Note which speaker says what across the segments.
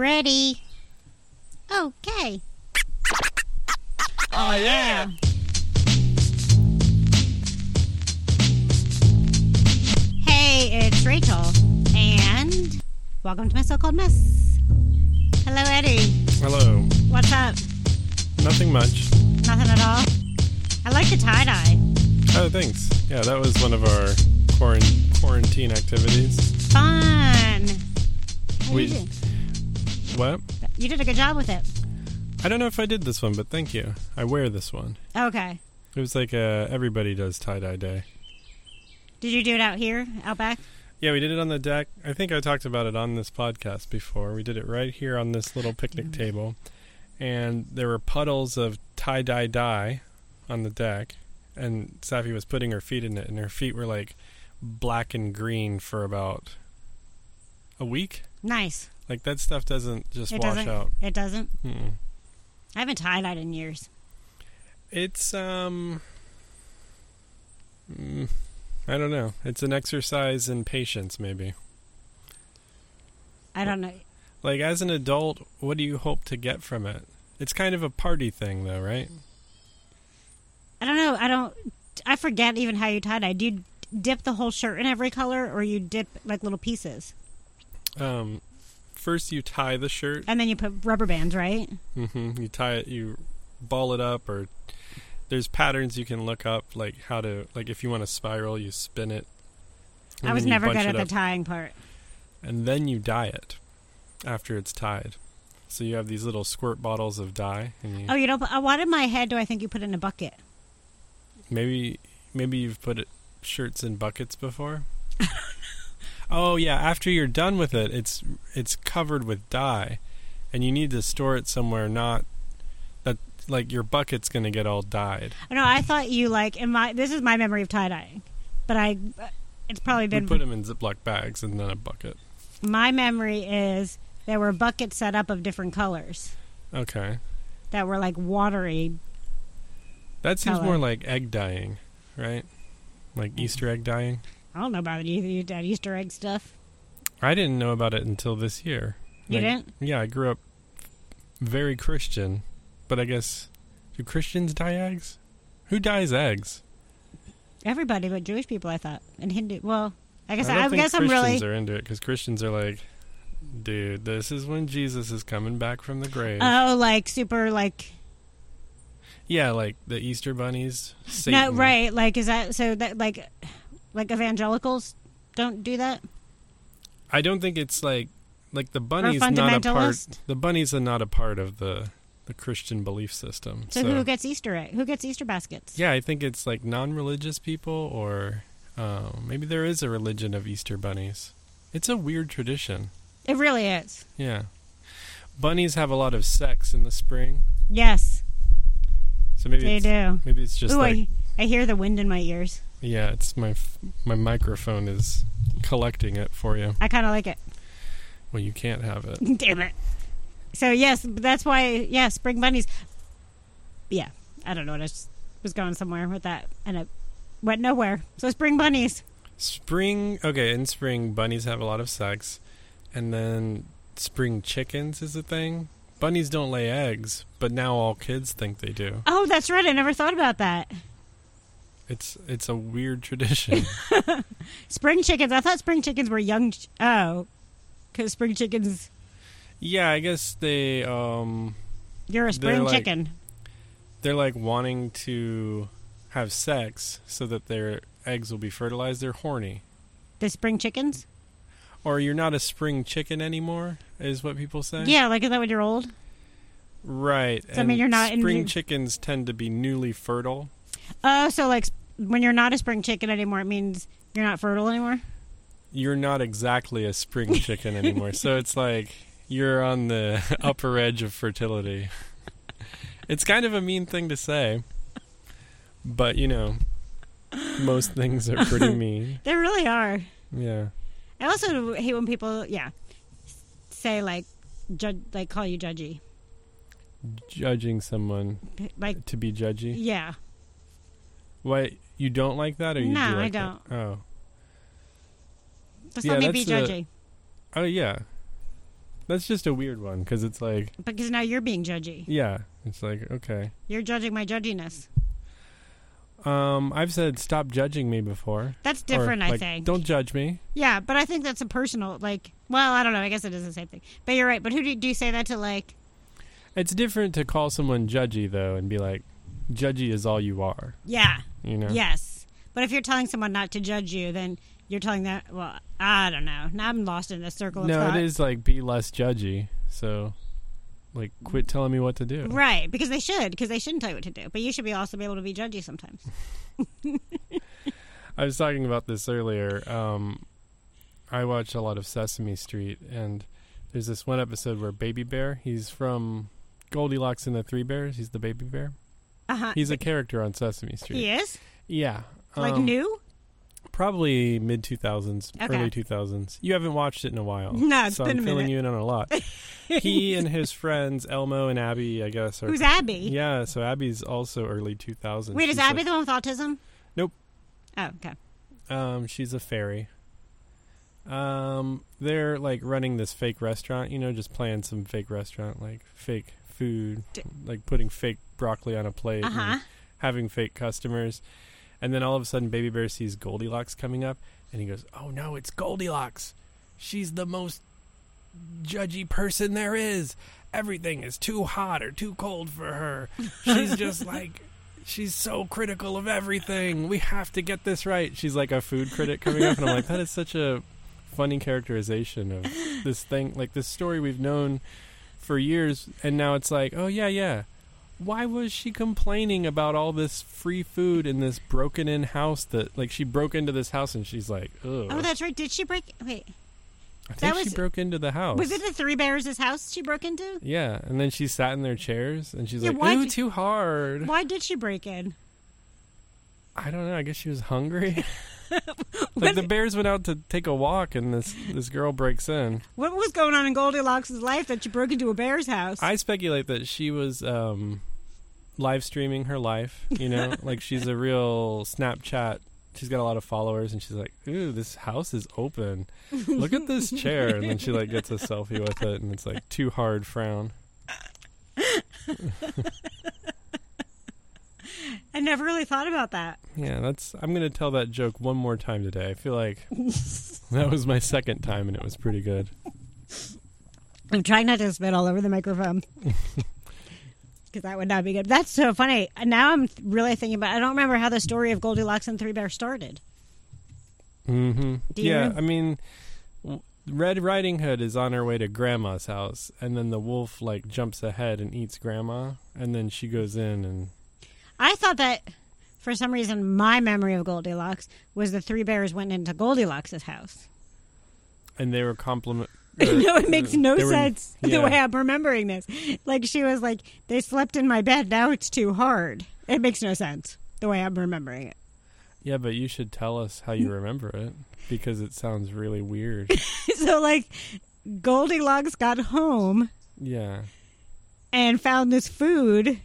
Speaker 1: Ready. Okay.
Speaker 2: Oh, yeah.
Speaker 1: Hey, it's Rachel. And welcome to my so called mess. Hello, Eddie.
Speaker 3: Hello.
Speaker 1: What's up?
Speaker 3: Nothing much.
Speaker 1: Nothing at all? I like the tie dye.
Speaker 3: Oh, thanks. Yeah, that was one of our quaran quarantine activities.
Speaker 1: Fun. How
Speaker 3: We-
Speaker 1: you, doing?
Speaker 3: What?
Speaker 1: you did a good job with it.
Speaker 3: I don't know if I did this one, but thank you. I wear this one.
Speaker 1: Okay.
Speaker 3: It was like uh everybody does tie dye day.
Speaker 1: Did you do it out here, out back?
Speaker 3: Yeah, we did it on the deck. I think I talked about it on this podcast before. We did it right here on this little picnic table. And there were puddles of tie dye dye on the deck. And Safi was putting her feet in it, and her feet were like black and green for about a week.
Speaker 1: Nice.
Speaker 3: Like that stuff doesn't just
Speaker 1: It
Speaker 3: wash
Speaker 1: doesn't.
Speaker 3: out.
Speaker 1: It doesn't.
Speaker 3: Mm-mm.
Speaker 1: I haven't tie dyed in years.
Speaker 3: It's um, mm, I don't know. It's an exercise in patience, maybe.
Speaker 1: I don't know.
Speaker 3: Like as an adult, what do you hope to get from it? It's kind of a party thing, though, right?
Speaker 1: I don't know. I don't. I forget even how you tie dye. Do you dip the whole shirt in every color, or you dip like little pieces,
Speaker 3: Um, first you tie the shirt.
Speaker 1: and then you put rubber bands, right?
Speaker 3: hmm You tie it. You ball it up, or there's patterns you can look up, like how to, like if you want to spiral, you spin it. and
Speaker 1: I was
Speaker 3: then you
Speaker 1: never
Speaker 3: bunch
Speaker 1: good
Speaker 3: it
Speaker 1: at the
Speaker 3: up.
Speaker 1: tying part.
Speaker 3: and then you dye it after it's tied. So you have these little squirt bottles of dye, and you,
Speaker 1: Oh, you don't. put- uh, What in my head do I think you put in a bucket?
Speaker 3: maybe maybe you've put it, shirts in buckets before. oh yeah, after you're done with it, it's it's covered with dye, and you need to store it somewhere not that like your bucket's gonna get all dyed.
Speaker 1: No, I thought you like. In my this is my memory of tie dyeing, but I. uh, It's probably
Speaker 3: We
Speaker 1: been
Speaker 3: put them in Ziploc bags and then a bucket.
Speaker 1: my memory is there were buckets set up of different colors
Speaker 3: Okay,
Speaker 1: that were like watery.
Speaker 3: that seems
Speaker 1: Color.
Speaker 3: more like egg dyeing, right?
Speaker 1: Mm.
Speaker 3: Like Easter egg dyeing.
Speaker 1: I don't know about you, you that Easter egg stuff.
Speaker 3: I didn't know about it until this year.
Speaker 1: You
Speaker 3: Like,
Speaker 1: didn't?
Speaker 3: Yeah, I grew up very Christian, but I guess do Christians dye eggs? Who dyes eggs?
Speaker 1: Everybody but Jewish people, I thought, and Hindu. Well, I guess
Speaker 3: I,
Speaker 1: I,
Speaker 3: don't
Speaker 1: I
Speaker 3: think
Speaker 1: guess I'm
Speaker 3: Christians
Speaker 1: really.
Speaker 3: are into it because Christians are like, dude, this is when Jesus is coming back from the grave.
Speaker 1: Oh, like super, like
Speaker 3: yeah, like the Easter bunnies.
Speaker 1: no,
Speaker 3: Satan.
Speaker 1: right? Like is that so that like like evangelicals don't do that?
Speaker 3: I don't think it's like like the bunnies not a
Speaker 1: fundamentalist?
Speaker 3: part. The bunnies are not a part of the the Christian belief system.
Speaker 1: So, who gets Easter egg? Who gets Easter baskets?
Speaker 3: Yeah, I think it's like non-religious people, or uh, maybe there is a religion of Easter bunnies. It's a weird tradition.
Speaker 1: It really is.
Speaker 3: Yeah, bunnies have a lot of sex in the spring,
Speaker 1: Yes,
Speaker 3: so maybe
Speaker 1: they
Speaker 3: it's,
Speaker 1: do.
Speaker 3: maybe it's just
Speaker 1: Ooh,
Speaker 3: like
Speaker 1: I, I hear the wind in my ears.
Speaker 3: yeah, it's my f- my microphone is collecting it for you.
Speaker 1: I kind of like it.
Speaker 3: Well, you can't have it.
Speaker 1: Damn it. So yes, that's why. Yeah, spring bunnies. Yeah, I don't know. what I just was going somewhere with that, and it went nowhere. So spring bunnies.
Speaker 3: Spring, okay, in spring, bunnies have a lot of sex, and then spring chickens is a thing. Bunnies don't lay eggs, but now all kids think they do.
Speaker 1: Oh, that's right. I never thought about that.
Speaker 3: It's it's a weird tradition.
Speaker 1: Spring chickens. I thought spring chickens were young. Ch- oh, because spring chickens.
Speaker 3: Yeah, I guess they um
Speaker 1: You're a spring
Speaker 3: like-
Speaker 1: chicken.
Speaker 3: they're like wanting to have sex so that their eggs will be fertilized. They're horny.
Speaker 1: The spring chickens.
Speaker 3: Or you're not a spring chicken anymore, is what people say.
Speaker 1: Yeah, like is that when you're old?
Speaker 3: Right.
Speaker 1: I mean,
Speaker 3: and
Speaker 1: you're not in-
Speaker 3: spring chickens tend to be newly fertile.
Speaker 1: Oh, so like sp- when you're not a spring chicken anymore, it means you're not fertile anymore.
Speaker 3: You're not exactly a spring chicken anymore. so it's like you're on the upper edge of fertility. It's kind of a mean thing to say. But you know, most things are pretty mean.
Speaker 1: They really are.
Speaker 3: Yeah.
Speaker 1: I also hate when people, yeah, say like, judge, like call you judgy,
Speaker 3: Judging someone
Speaker 1: like
Speaker 3: to be judgy.
Speaker 1: yeah.
Speaker 3: Why you don't like that or you
Speaker 1: No,
Speaker 3: do
Speaker 1: I
Speaker 3: like that? Oh.
Speaker 1: Just
Speaker 3: Yeah,
Speaker 1: let me be
Speaker 3: that's
Speaker 1: judgy.
Speaker 3: Oh yeah. That's just a weird one because it's like,
Speaker 1: Because now you're being judgy.
Speaker 3: yeah, it's like okay.
Speaker 1: You're judging my judginess.
Speaker 3: Um, I've said stop judging me before.
Speaker 1: That's
Speaker 3: Or,
Speaker 1: different, I
Speaker 3: like,
Speaker 1: think.
Speaker 3: Don't judge me.
Speaker 1: Yeah, but I think that's a personal, like, well, I don't know. I guess it is the same thing. But you're right. But who do you, do you say that to, like,
Speaker 3: It's different to call someone judgy though and be like, judgy is all you are.
Speaker 1: yeah,
Speaker 3: You know.
Speaker 1: yes. But if you're telling someone not to judge you, then you're telling that, well, I don't know. Now I'm lost in a circle of
Speaker 3: No,
Speaker 1: thought.
Speaker 3: it is like be less judgy. So, like, quit telling me what to do.
Speaker 1: Right, because they should, because they shouldn't tell you what to do. But you should be also be able to be judgy sometimes.
Speaker 3: I was talking about this earlier. Um, I watch a lot of Sesame Street, and there's this one episode where Baby Bear, he's from Goldilocks and the Three Bears. He's the baby bear.
Speaker 1: Uh huh.
Speaker 3: He's a character on Sesame Street.
Speaker 1: He is
Speaker 3: Yeah.
Speaker 1: like
Speaker 3: um,
Speaker 1: new.
Speaker 3: Probably mid 2000s,
Speaker 1: Okay.
Speaker 3: early 2000s. You haven't watched it in a while.
Speaker 1: No, it's
Speaker 3: so
Speaker 1: been
Speaker 3: I'm
Speaker 1: a
Speaker 3: filling
Speaker 1: minute.
Speaker 3: you in on a lot. he and his friends, Elmo and Abby, I guess, are.
Speaker 1: Who's Abby?
Speaker 3: Yeah, so Abby's also early 2000s.
Speaker 1: Wait, is
Speaker 3: She's
Speaker 1: Abby
Speaker 3: a-
Speaker 1: the one with autism?
Speaker 3: Nope.
Speaker 1: Oh, okay.
Speaker 3: Um, she's a fairy. Um, they're like running this fake restaurant, you know, just playing some fake restaurant, like fake food,
Speaker 1: D-
Speaker 3: like putting fake broccoli on a plate,
Speaker 1: Uh huh.
Speaker 3: and having fake customers. And then all of a sudden, Baby Bear sees Goldilocks coming up, and he goes, "Oh no, it's Goldilocks! She's the most judgy person there is. Everything is too hot or too cold for her. She's just like." She's so critical of everything. We have to get this right. She's like a food critic coming up, and I'm like, that is such a funny characterization of this thing, like this story we've known for years, and now it's like, oh yeah, yeah. Why was she complaining about all this free food in this broken-in house? That like she broke into this house, and she's like, ugh.
Speaker 1: Oh, that's right. Did she break? Wait,
Speaker 3: I think
Speaker 1: that
Speaker 3: she
Speaker 1: was-
Speaker 3: broke into the house.
Speaker 1: was it the Three Bears' house she broke into?
Speaker 3: Yeah, and then she sat in their chairs, and she's
Speaker 1: Yeah,
Speaker 3: like,
Speaker 1: why'd
Speaker 3: ooh,
Speaker 1: you-
Speaker 3: too hard.
Speaker 1: Why did she break in?
Speaker 3: I don't know. I guess she was hungry. like the bears went out to take a walk, and this this girl breaks in.
Speaker 1: What was going on in Goldilocks' life that she broke into a bear's house?
Speaker 3: I speculate that she was um, live streaming her life. You know, like she's a real Snapchat. She's got a lot of followers, and she's like, "Ooh, this house is open. Look at this chair." And then she like gets a selfie with it, and it's like too hard frown.
Speaker 1: I never really thought about that.
Speaker 3: Yeah, that's. I'm gonna tell that joke one more time today. I feel like that was my second time, and it was pretty good.
Speaker 1: I'm trying not to spit all over the microphone because that would not be good. That's so funny. Now I'm really thinking about. I don't remember how the story of Goldilocks and Three Bears started.
Speaker 3: Mm-hmm.
Speaker 1: Do you
Speaker 3: yeah,
Speaker 1: rem-
Speaker 3: I mean, w- Red Riding Hood is on her way to Grandma's house, and then the wolf like jumps ahead and eats Grandma, and then she goes in and
Speaker 1: I thought that for some reason my memory of Goldilocks was the Three Bears went into Goldilocks' house.
Speaker 3: and they were compliment.
Speaker 1: no, it makes no
Speaker 3: they were-
Speaker 1: sense
Speaker 3: yeah.
Speaker 1: the way I'm remembering this. Like she was like, they slept in my bed. Now it's too hard. It makes no sense the way I'm remembering it.
Speaker 3: Yeah, but you should tell us how you remember it because it sounds really weird.
Speaker 1: so like, Goldilocks got home
Speaker 3: yeah.
Speaker 1: and found this food.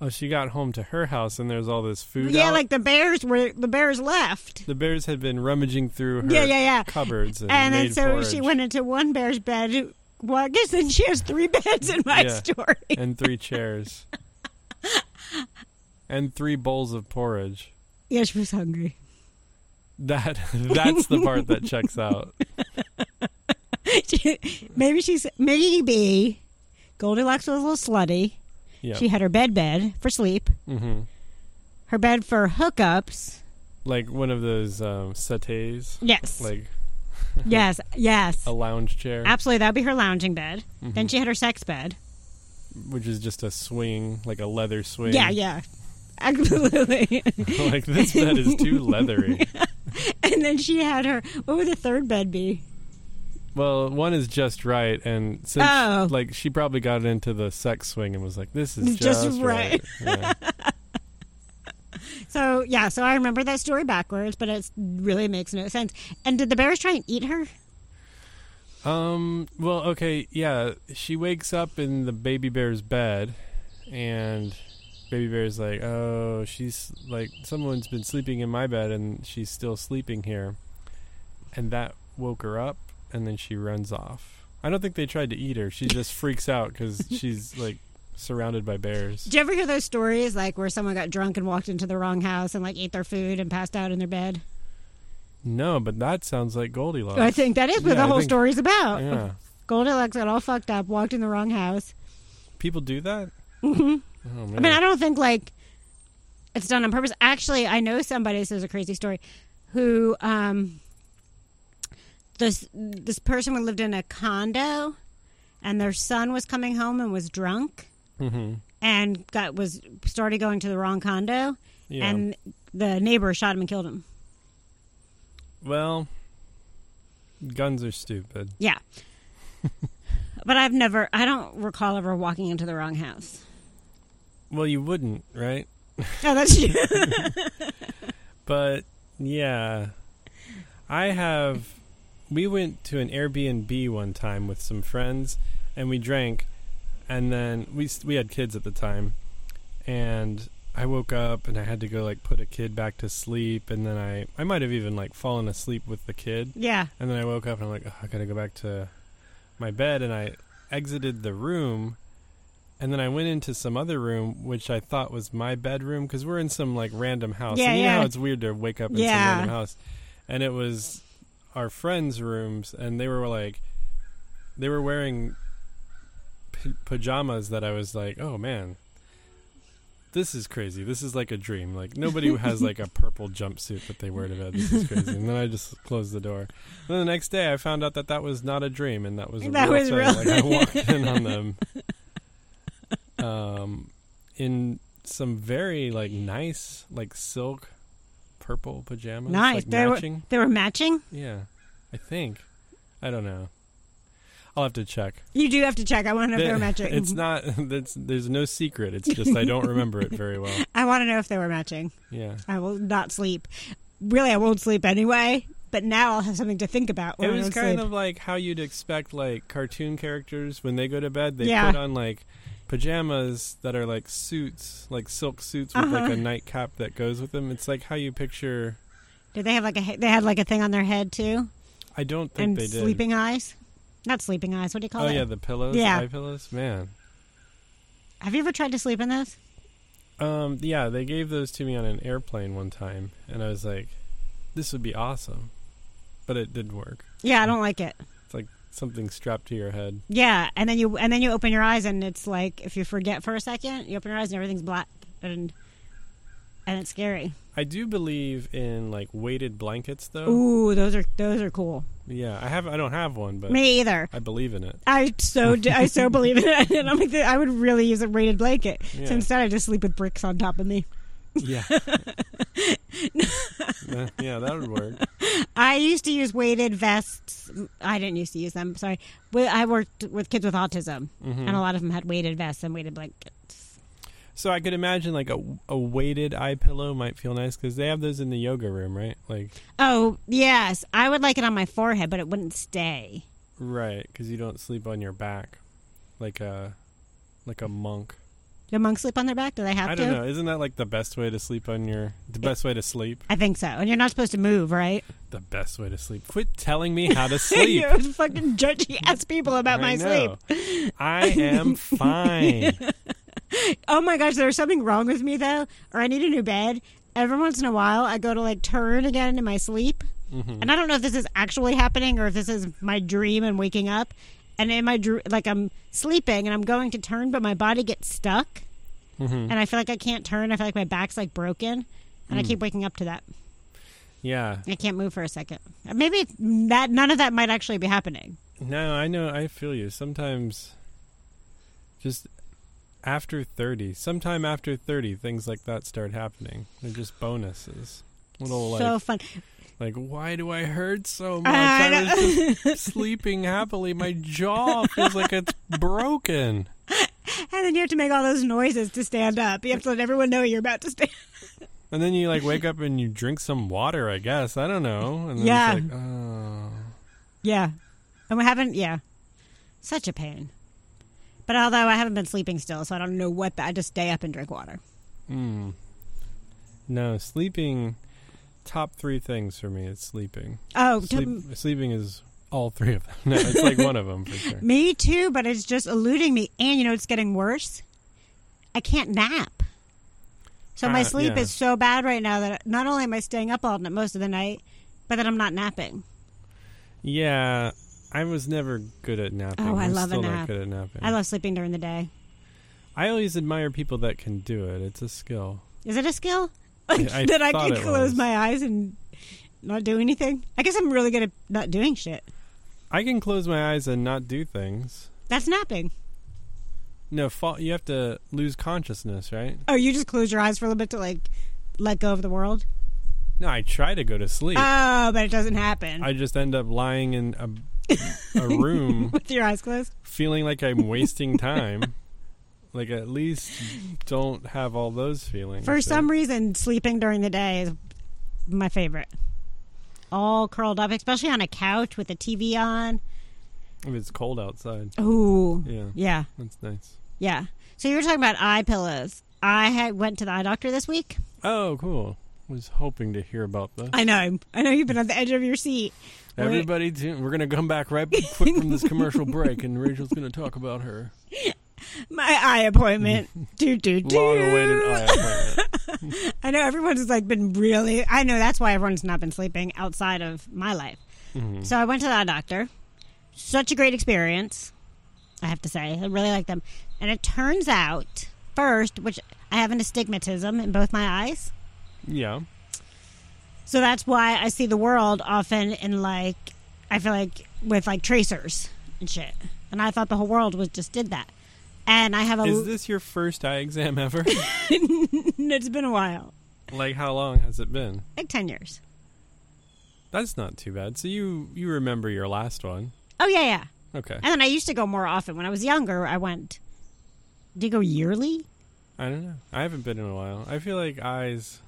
Speaker 3: Oh, she got home to her house, and there's all this food.
Speaker 1: yeah,
Speaker 3: out.
Speaker 1: like the bears were the bears left.
Speaker 3: the bears had been rummaging through her
Speaker 1: Yeah, yeah, yeah.
Speaker 3: cupboards, and,
Speaker 1: And then
Speaker 3: made
Speaker 1: so
Speaker 3: porridge
Speaker 1: she went into one bear's bed. Well, I guess then she has three beds in my
Speaker 3: Yeah.
Speaker 1: story.
Speaker 3: and three chairs, and three bowls of porridge.
Speaker 1: Yeah, she was hungry.
Speaker 3: That that's the part that checks out.
Speaker 1: maybe she's maybe Goldilocks was a little slutty.
Speaker 3: Yeah.
Speaker 1: She had her bed bed for sleep,
Speaker 3: hmm
Speaker 1: her bed for hookups.
Speaker 3: Like one of those um, settees,
Speaker 1: Yes,
Speaker 3: like
Speaker 1: yes, yes.
Speaker 3: a lounge chair,
Speaker 1: Absolutely, that'd be her lounging bed.
Speaker 3: Mhm.
Speaker 1: Then she had her sex bed.
Speaker 3: which is just a swing, like a leather swing.
Speaker 1: Yeah, yeah, absolutely.
Speaker 3: like this bed is too leathery.
Speaker 1: and then she had her. What would the third bed be?
Speaker 3: Well, one is just right, and since
Speaker 1: Oh.
Speaker 3: like she probably got into the sex swing and was like, "This is just,
Speaker 1: Just
Speaker 3: right."
Speaker 1: right.
Speaker 3: Yeah.
Speaker 1: So yeah, so I remember that story backwards, but it really makes no sense. And did the bears try and eat her?
Speaker 3: Um. Well. Okay. Yeah. She wakes up in the baby bear's bed, and baby bear's like, "Oh, she's like someone's been sleeping in my bed, and she's still sleeping here," and that woke her up, and then she runs off. I don't think they tried to eat her. She just freaks out because she's like surrounded by bears.
Speaker 1: Did you ever hear those stories like where someone got drunk and walked into the wrong house and like ate their food and passed out in their bed?
Speaker 3: No, but that sounds like Goldilocks.
Speaker 1: I think that is what
Speaker 3: yeah, I
Speaker 1: the whole
Speaker 3: think-
Speaker 1: story's about.
Speaker 3: Yeah.
Speaker 1: Goldilocks got all fucked up, walked in the wrong house.
Speaker 3: People do that?
Speaker 1: Mhm.
Speaker 3: Oh,
Speaker 1: I
Speaker 3: man.
Speaker 1: mean, I don't think like it's done on purpose. Actually, I know somebody. This is a crazy story. Who um this this person who lived in a condo, and their son was coming home and was drunk
Speaker 3: hmm
Speaker 1: and got was started going to the wrong condo,
Speaker 3: Yeah.
Speaker 1: and the neighbor shot him and killed him.
Speaker 3: well, guns are stupid.
Speaker 1: Yeah. But I've never, I don't recall ever walking into the wrong house.
Speaker 3: Well, you wouldn't, right?
Speaker 1: Oh, that's you.
Speaker 3: But yeah, I have. We went to an Airbnb one time with some friends, and we drank, and then we s- we had kids at the time, and I woke up and I had to go like put a kid back to sleep, and then I I might have even like fallen asleep with the kid,
Speaker 1: yeah.
Speaker 3: and then I woke up and I'm like "Ugh, I gotta go back to my bed, and I exited the room. And then I went into some other room, which I thought was my bedroom, because we're in some like random house.
Speaker 1: Yeah,
Speaker 3: and you
Speaker 1: yeah.
Speaker 3: know how it's weird to wake up in
Speaker 1: Yeah.
Speaker 3: some random house. And it was our friends' rooms, and they were like, they were wearing p- pajamas that I was like, oh man, this is crazy. This is like a dream. Like nobody has like a purple jumpsuit that they wear to bed. This is crazy. And then I just closed the door. And then the next day, I found out that that was not a dream, and that was a
Speaker 1: That
Speaker 3: real
Speaker 1: was
Speaker 3: thing.
Speaker 1: real.
Speaker 3: Like I walked in on them, um, in some very like nice like silk purple pajamas,
Speaker 1: Nice.
Speaker 3: like,
Speaker 1: They were-
Speaker 3: matching.
Speaker 1: They were matching.
Speaker 3: Yeah, I think. I don't know. I'll have to check.
Speaker 1: You do have to check. I want to know if they were matching.
Speaker 3: It's not.
Speaker 1: Mm-hmm.
Speaker 3: It's, there's no secret. It's just I don't remember it very well.
Speaker 1: I want to know if they were matching.
Speaker 3: Yeah.
Speaker 1: I will not sleep. Really, I won't sleep anyway. But now I'll have something to think about. When
Speaker 3: it was
Speaker 1: I don't
Speaker 3: kind
Speaker 1: sleep.
Speaker 3: of like how you'd expect like cartoon characters when they go to bed they
Speaker 1: Yeah.
Speaker 3: put on like pajamas that are like suits like silk suits with like
Speaker 1: Uh-huh.
Speaker 3: a nightcap that goes with them it's like how you picture
Speaker 1: Did they have like a? he- They had like a thing on their head too,
Speaker 3: i don't think
Speaker 1: and
Speaker 3: they did
Speaker 1: sleeping eyes. Not sleeping eyes. What do you call
Speaker 3: oh
Speaker 1: it?
Speaker 3: yeah the pillows
Speaker 1: Yeah.
Speaker 3: eye pillows man
Speaker 1: Have you ever tried to sleep in those?
Speaker 3: um yeah they gave those to me on an airplane one time and i was like this would be awesome but it didn't work
Speaker 1: Yeah, I don't like it.
Speaker 3: it's like something strapped to your head
Speaker 1: Yeah, and then you and then you open your eyes and it's like if you forget for a second, you open your eyes and everything's black and and it's scary.
Speaker 3: i do believe in like weighted blankets though
Speaker 1: Ooh, those are those are cool.
Speaker 3: yeah i have i don't have one but
Speaker 1: Me either.
Speaker 3: i believe in it
Speaker 1: I so do, I so believe in it, and I'm like, I would really use a weighted blanket.
Speaker 3: Yeah.
Speaker 1: So instead, I just sleep with bricks on top of me.
Speaker 3: Yeah. Uh, yeah, that would work.
Speaker 1: I used to use weighted vests. I didn't used to use them. Sorry, Well, I worked with kids with autism,
Speaker 3: Mm-hmm. Hmm.
Speaker 1: and a lot of them had weighted vests and weighted blankets.
Speaker 3: So I could imagine like a, a weighted eye pillow might feel nice because they have those in the yoga room, right? Like,
Speaker 1: Oh yes, I would like it on my forehead, but it wouldn't stay.
Speaker 3: right? Because you don't sleep on your back, like a like a monk.
Speaker 1: Do monks sleep on their back? Do they have
Speaker 3: I
Speaker 1: to?
Speaker 3: don't know. Isn't that like the best way to sleep on your the best way to sleep?
Speaker 1: I think so. And you're not supposed to move, right?
Speaker 3: The best way to sleep. Quit telling me how to sleep.
Speaker 1: you're fucking judgy ass people about my
Speaker 3: I
Speaker 1: sleep.
Speaker 3: know. I am fine.
Speaker 1: Oh my gosh, there's something wrong with me though, or I need a new bed. Every once in a while, I go to like turn again into my sleep,
Speaker 3: Mhm.
Speaker 1: and I don't know if this is actually happening or if this is my dream and waking up. And in my dr- like I'm sleeping and I'm going to turn, but my body gets stuck,
Speaker 3: Mhm.
Speaker 1: and I feel like I can't turn. I feel like my back's like broken, and
Speaker 3: Hmm.
Speaker 1: I keep waking up to that.
Speaker 3: Yeah.
Speaker 1: I can't move for a second. Maybe that none of that might actually be happening.
Speaker 3: No, I know. I feel you. Sometimes, just after thirty, sometime after thirty, things like that start happening. They're just bonuses. Little
Speaker 1: so
Speaker 3: like,
Speaker 1: fun.
Speaker 3: like, why do I hurt so much?
Speaker 1: I
Speaker 3: I, was just sleeping happily. My jaw feels like it's broken.
Speaker 1: And then you have to make all those noises to stand up. You have to let everyone know you're about to stand.
Speaker 3: And then you like wake up and you drink some water. I guess I don't know. And then
Speaker 1: Yeah.
Speaker 3: It's like, oh.
Speaker 1: Yeah. And we haven't, yeah. Such a pain. But although I haven't been sleeping still, so I don't know what the, I just stay up and drink water.
Speaker 3: Mm. No, sleeping. Top three things for me is sleeping.
Speaker 1: Oh,
Speaker 3: Sleep,
Speaker 1: to,
Speaker 3: sleeping is all three of them. No, it's like one of them for sure.
Speaker 1: Me too, but it's just eluding me. And you know, it's getting worse. I can't nap. So my
Speaker 3: Uh,
Speaker 1: sleep
Speaker 3: yeah.
Speaker 1: is so bad right now that not only am I staying up all night most of the night, but that I'm not napping.
Speaker 3: Yeah, I was never good at napping.
Speaker 1: Oh, I
Speaker 3: I'm
Speaker 1: love a
Speaker 3: still
Speaker 1: nap.
Speaker 3: Not good at napping.
Speaker 1: I love sleeping during the day.
Speaker 3: I always admire people that can do it. It's a skill.
Speaker 1: Is it a skill?
Speaker 3: Yeah, I
Speaker 1: that I
Speaker 3: thought
Speaker 1: can
Speaker 3: it
Speaker 1: close
Speaker 3: was.
Speaker 1: my eyes and not do anything? I guess I'm really good at not doing shit.
Speaker 3: I can close my eyes and not do things.
Speaker 1: That's napping.
Speaker 3: No, fall, you have to lose consciousness, right?
Speaker 1: Oh, you just close your eyes for a little bit to like let go of the world?
Speaker 3: No, I try to go to sleep.
Speaker 1: Oh, but it doesn't happen.
Speaker 3: I just end up lying in a, a room
Speaker 1: With your eyes closed?
Speaker 3: feeling like I'm wasting time. like, at least don't have all those feelings.
Speaker 1: For some reason, sleeping during the day is my favorite. All curled up, especially on a couch with a TV on.
Speaker 3: If it's cold outside.
Speaker 1: Ooh.
Speaker 3: Yeah,
Speaker 1: Yeah.
Speaker 3: that's nice.
Speaker 1: Yeah. So you were talking about eye pillows. I had went to the eye doctor this week.
Speaker 3: Oh, cool. Was hoping to hear about this.
Speaker 1: I know. I know you've been on the edge of your seat. Wait.
Speaker 3: Everybody, tune. we're gonna come back right quick from this commercial break, and Rachel's gonna talk about her
Speaker 1: My eye appointment. do do do.
Speaker 3: long-awaited eye appointment.
Speaker 1: I know everyone's like been really. I know that's why everyone's not been sleeping outside of my life.
Speaker 3: Mhm.
Speaker 1: So I went to the eye doctor. Such a great experience, I have to say. I really like them. And it turns out, first, which I have an astigmatism in both my eyes.
Speaker 3: Yeah,
Speaker 1: So that's why I see the world often in like, I feel like with like tracers and shit. And I thought the whole world was just did that. And I have a.
Speaker 3: is this your first eye exam ever?
Speaker 1: it's been a while,
Speaker 3: like, how long has it been?
Speaker 1: like 10 years.
Speaker 3: That's not too bad. So you you remember your last one?
Speaker 1: Oh, yeah, yeah.
Speaker 3: Okay,
Speaker 1: And then I used to go more often. When I was younger, I went. Do you go yearly?
Speaker 3: I don't know. I haven't been in a while. I feel like eyes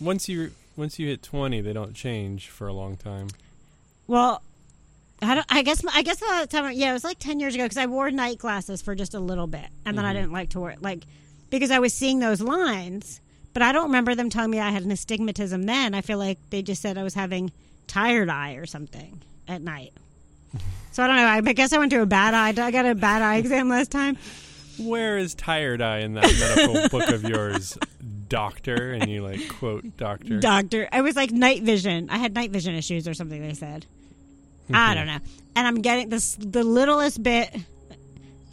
Speaker 3: once you once you hit twenty, they don't change for a long time.
Speaker 1: Well, I, don't, I guess I guess the last time, yeah, it was like ten years ago because I wore night glasses for just a little bit, and then I
Speaker 3: Mhm.
Speaker 1: didn't like to wear it, like because I was seeing those lines, but I don't remember them telling me I had an astigmatism then. I feel like they just said I was having tired eye or something at night. so I don't know. I, I guess I went to a bad eye. I got a bad eye exam last time.
Speaker 3: Where is tired eye in that medical book of yours, doctor? And you like quote doctor.
Speaker 1: doctor. I was like night vision. I had night vision issues or something. They said, I don't know. And I'm getting this the littlest bit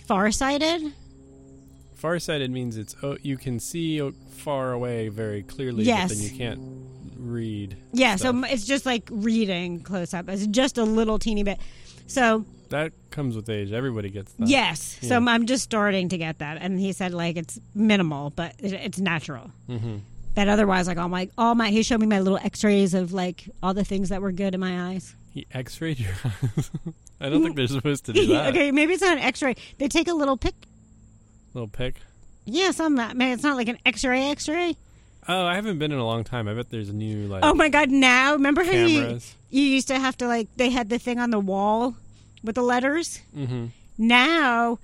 Speaker 1: farsighted.
Speaker 3: Farsighted means it's oh, you can see o- far away very clearly,
Speaker 1: Yes.
Speaker 3: but then you can't read.
Speaker 1: Yeah, so
Speaker 3: stuff.
Speaker 1: m- it's just like reading close up. It's just a little teeny bit. So
Speaker 3: that comes with age. Everybody gets that.
Speaker 1: yes, so
Speaker 3: yeah.
Speaker 1: I'm- I'm just starting to get that. And he said like it's minimal, but it, it's natural.
Speaker 3: hmm
Speaker 1: That otherwise, like all my all my he showed me my little X-rays of like all the things that were good in my eyes.
Speaker 3: He X-rayed your eyes. I don't think they're supposed to do that.
Speaker 1: okay, maybe it's not an X-ray. They take a little pic.
Speaker 3: Little pick.
Speaker 1: Yes, I'm not. Man, it's not like an X-ray X-ray.
Speaker 3: Oh, I haven't been in a long time. I bet there's a new like
Speaker 1: Oh my god! Now remember how you,
Speaker 3: cameras.
Speaker 1: you used to have to like they had the thing on the wall with the letters.
Speaker 3: Mm-hmm.
Speaker 1: Now,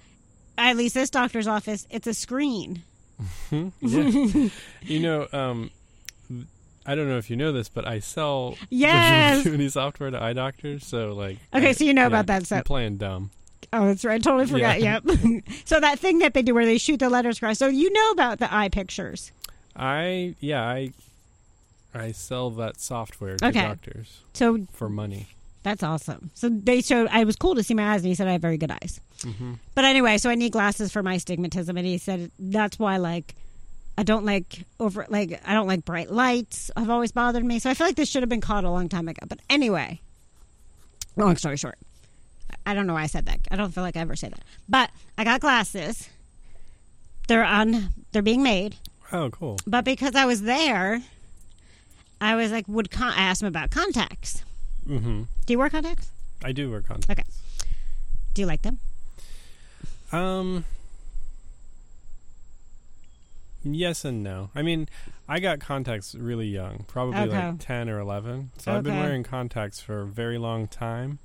Speaker 1: at least this doctor's office, it's a screen. Hmm?
Speaker 3: yeah. you know, um, I don't know if you know this, but I sell visual
Speaker 1: Yes.
Speaker 3: acuity software to eye doctors. So like,
Speaker 1: Okay,
Speaker 3: I-
Speaker 1: so you know
Speaker 3: yeah,
Speaker 1: about that, so-
Speaker 3: I'm playing dumb.
Speaker 1: Oh, that's right. I totally forgot.
Speaker 3: Yeah.
Speaker 1: Yep. so that thing that they do where they shoot the letters across. So you know about the eye pictures.
Speaker 3: I yeah I I sell that software to
Speaker 1: Okay.
Speaker 3: doctors
Speaker 1: So
Speaker 3: for money.
Speaker 1: that's awesome. So they showed. I was cool to see my eyes, and he said I have very good eyes.
Speaker 3: hmm
Speaker 1: But anyway, so I need glasses for my astigmatism, and he said that's why like I don't like over like I don't like bright lights. Have always bothered me, so I feel like this should have been caught a long time ago. But anyway, long story short, I don't know why I said that. I don't feel like I ever say that. But I got glasses. They're on. They're being made.
Speaker 3: Oh, cool.
Speaker 1: But because I was there, I was like, would con- I asked him about contacts?
Speaker 3: hmm
Speaker 1: Do you wear contacts?
Speaker 3: I do wear
Speaker 1: Okay.
Speaker 3: contacts.
Speaker 1: Do you like them?
Speaker 3: Um. Yes and no. I mean, I got contacts really young, probably
Speaker 1: Okay.
Speaker 3: like ten or eleven. So I've been
Speaker 1: Okay.
Speaker 3: wearing contacts for a very long time.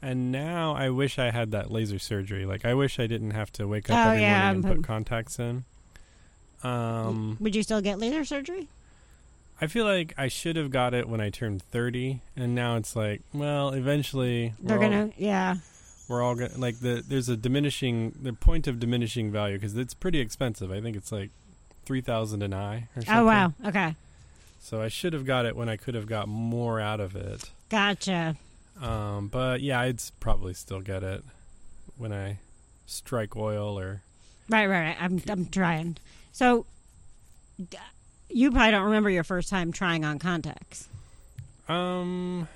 Speaker 3: And now I wish I had that laser surgery. Like I wish I didn't have to wake up
Speaker 1: Oh,
Speaker 3: every
Speaker 1: yeah,
Speaker 3: morning and
Speaker 1: I'm-
Speaker 3: put contacts in. Um,
Speaker 1: Would you still get laser surgery?
Speaker 3: I I feel like I should have got it when I turned 30, and now it's like, well, eventually
Speaker 1: They're
Speaker 3: we're all-
Speaker 1: gonna, yeah,
Speaker 3: we're all gonna like the there's a diminishing the point of diminishing value because it's pretty expensive. I think it's like three thousand an eye. Or something.
Speaker 1: oh wow, okay,
Speaker 3: So I should have got it when I could have got more out of it.
Speaker 1: gotcha.
Speaker 3: Um, but yeah, I'd s- probably still get it when I strike oil or
Speaker 1: Right, right, right. I'm, I'm trying. So, d- you probably don't remember your first time trying on contacts.
Speaker 3: um.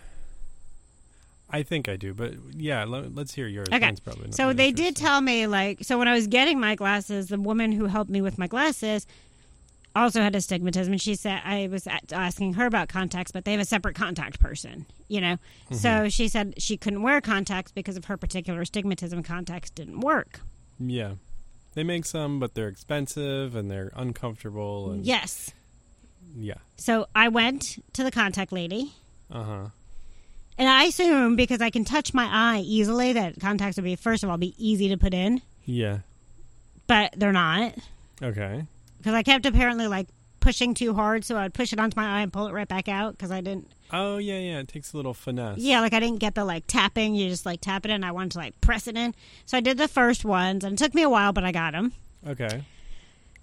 Speaker 3: I think I do, but yeah, let, let's hear yours.
Speaker 1: Okay.
Speaker 3: Mine's probably not
Speaker 1: So
Speaker 3: that
Speaker 1: they did
Speaker 3: interesting.
Speaker 1: tell me like so when I was getting my glasses, the woman who helped me with my glasses also had astigmatism, and she said I was at- asking her about contacts, but they have a separate contact person, you know.
Speaker 3: Mm-hmm.
Speaker 1: So she said she couldn't wear contacts because of her particular astigmatism. Contacts didn't work.
Speaker 3: Yeah, they make some, but they're expensive and they're uncomfortable. And
Speaker 1: Yes.
Speaker 3: yeah,
Speaker 1: So I went to the contact lady.
Speaker 3: uh huh.
Speaker 1: And I assume because I can touch my eye easily that contacts would be first of all be easy to put in,
Speaker 3: Yeah.
Speaker 1: but they're not
Speaker 3: Okay.
Speaker 1: because I kept apparently like pushing too hard, so I'd push it onto my eye and pull it right back out because I didn't.
Speaker 3: Oh yeah, yeah. It takes a little finesse.
Speaker 1: Yeah, like I didn't get the like tapping. You just like tap it in. I wanted to like press it in, so I did the first ones, and it took me a while, but I got them.
Speaker 3: Okay.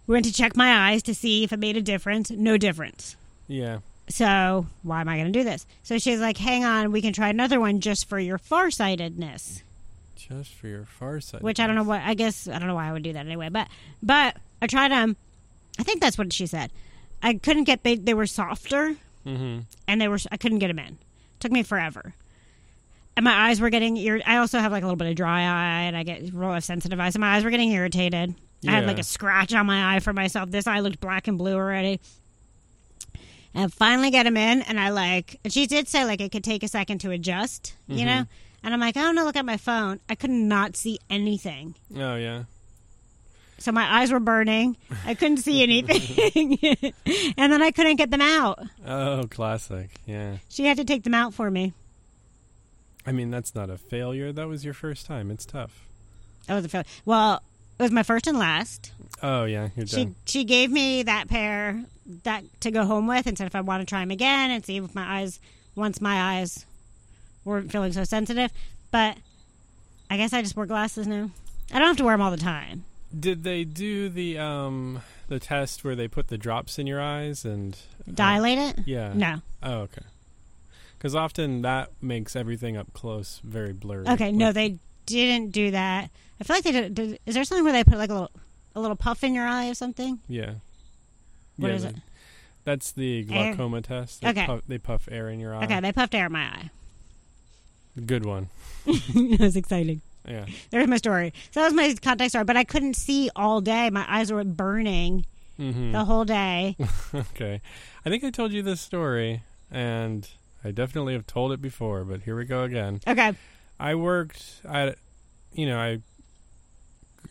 Speaker 1: We went to check my eyes to see if it made a difference. No difference.
Speaker 3: Yeah.
Speaker 1: So why am I going to do this? So she's like, "Hang on, we can try another one just for your farsightedness."
Speaker 3: Just for your far side.
Speaker 1: which I don't know what I guess I don't know why I would do that anyway. But but I tried um I think that's what she said. I couldn't get they they were softer
Speaker 3: Mm-hmm.
Speaker 1: and they were I couldn't get them in. Took me forever. And my eyes were getting ir- I also have like a little bit of dry eye and I get real sensitive eyes. And my eyes were getting irritated. I had like
Speaker 3: Yeah.
Speaker 1: a scratch on my eye for myself. This eye looked black and blue already. And finally get them in and I like and she did say like it could take a second to adjust, you know? And I'm like, I don't know, look at my phone. I could not see anything.
Speaker 3: Oh yeah.
Speaker 1: So my eyes were burning. I couldn't see anything. and then I couldn't get them out.
Speaker 3: Oh, classic. Yeah.
Speaker 1: She had to take them out for me.
Speaker 3: I mean, that's not a failure. That was your first time. It's tough.
Speaker 1: That was a failure. Well, it was my first and last.
Speaker 3: Oh yeah, you're
Speaker 1: She
Speaker 3: done.
Speaker 1: she gave me that pair that to go home with and said if I want to try them again and see if my eyes once my eyes weren't feeling so sensitive. But I guess I just wear glasses now. I don't have to wear them all the time.
Speaker 3: Did they do the um the test where they put the drops in your eyes and
Speaker 1: Dilate it?
Speaker 3: Yeah.
Speaker 1: No.
Speaker 3: Oh okay. Because often that makes everything up close very blurry.
Speaker 1: Okay, no, they didn't do that. I feel like they did, did. Is there something where they put like a little, a little puff in your eye or something?
Speaker 3: Yeah.
Speaker 1: What
Speaker 3: yeah,
Speaker 1: is
Speaker 3: the-
Speaker 1: it?
Speaker 3: That's the
Speaker 1: Air.
Speaker 3: glaucoma test. They
Speaker 1: Okay.
Speaker 3: Puff, they puff air in your eye.
Speaker 1: Okay, they puffed air in my eye.
Speaker 3: Good one.
Speaker 1: it was exciting.
Speaker 3: Yeah.
Speaker 1: There's my story. So that was my contact story, but I couldn't see all day. My eyes were burning
Speaker 3: Mm-hmm.
Speaker 1: the whole day.
Speaker 3: Okay. I think I told you this story, and I definitely have told it before, but here we go again.
Speaker 1: Okay,
Speaker 3: I worked at, you know, I,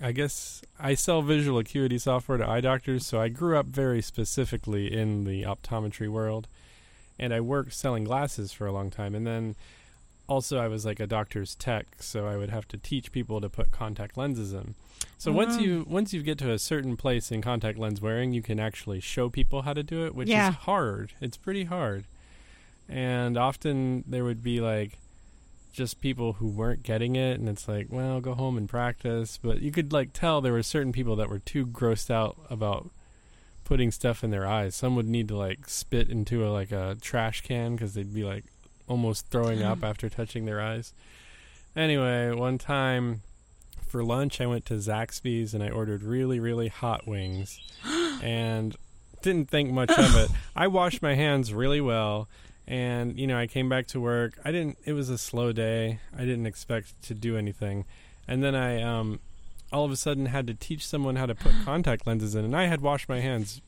Speaker 3: I guess I sell visual acuity software to eye doctors, so I grew up very specifically in the optometry world, and I worked selling glasses for a long time, and then also I was like a doctor's tech, so I would have to teach people to put contact lenses in. So once
Speaker 1: Ah.
Speaker 3: you once you get to a certain place in contact lens wearing, you can actually show people how to do it, which
Speaker 1: Yeah.
Speaker 3: is hard. It's pretty hard, and often there would be like just people who weren't getting it and it's like well go home and practice but you could like tell there were certain people that were too grossed out about putting stuff in their eyes some would need to like spit into a like a trash can because they'd be like almost throwing up after touching their eyes anyway one time for lunch i went to zaxby's and i ordered really really hot wings and didn't think much of it i washed my hands really well and you know i came back to work i didn't it was a slow day i didn't expect to do anything and then i um all of a sudden had to teach someone how to put contact lenses in and i had washed my hands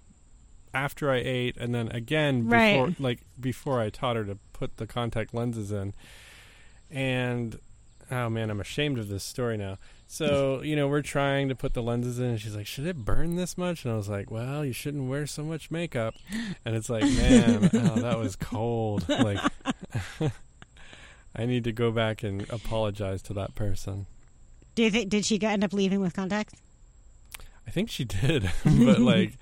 Speaker 3: after i ate and then again
Speaker 1: Right.
Speaker 3: before like before i taught her to put the contact lenses in and oh man i'm ashamed of this story now so you know we're trying to put the lenses in and she's like should it burn this much and i was like well you shouldn't wear so much makeup and it's like man oh, that was cold like i need to go back and apologize to that person
Speaker 1: do you think did she go- end up leaving with contacts?
Speaker 3: i think she did but like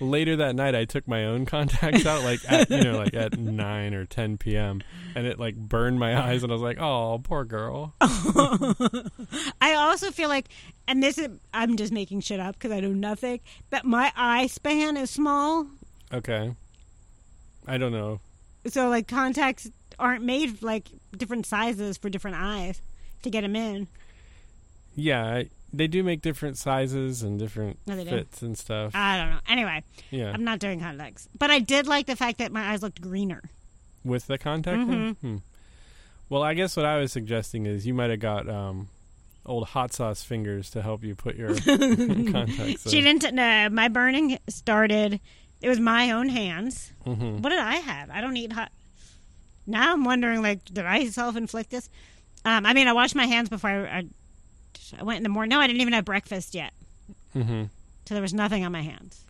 Speaker 3: later that night, I took my own contacts out, like at, you know, like at nine or ten p.m., and it like burned my eyes, and I was like, "Oh, poor girl."
Speaker 1: I also feel like, and this is, I'm just making shit up because I know nothing, that my eye span is small.
Speaker 3: Okay, I don't know.
Speaker 1: So, like, contacts aren't made like different sizes for different eyes to get them in.
Speaker 3: Yeah, I, they do make different sizes and different
Speaker 1: No, they do.
Speaker 3: fits and stuff.
Speaker 1: I don't know. Anyway,
Speaker 3: yeah,
Speaker 1: I'm not doing contacts. But I did like the fact that my eyes looked greener.
Speaker 3: with the contact. lens?
Speaker 1: Mm-hmm.
Speaker 3: Hmm. Well, I guess what I was suggesting is you might have got um, old hot sauce fingers to help you put your contacts.
Speaker 1: She didn't. No, my burning started. It was my own hands.
Speaker 3: Mm-hmm.
Speaker 1: What did I have? I don't eat hot. Now I'm wondering, like, did I self inflict this? Um, I mean, I washed my hands before I, I, I went in the morning. No, I didn't even have breakfast yet,
Speaker 3: Mm-hmm.
Speaker 1: so there was nothing on my hands.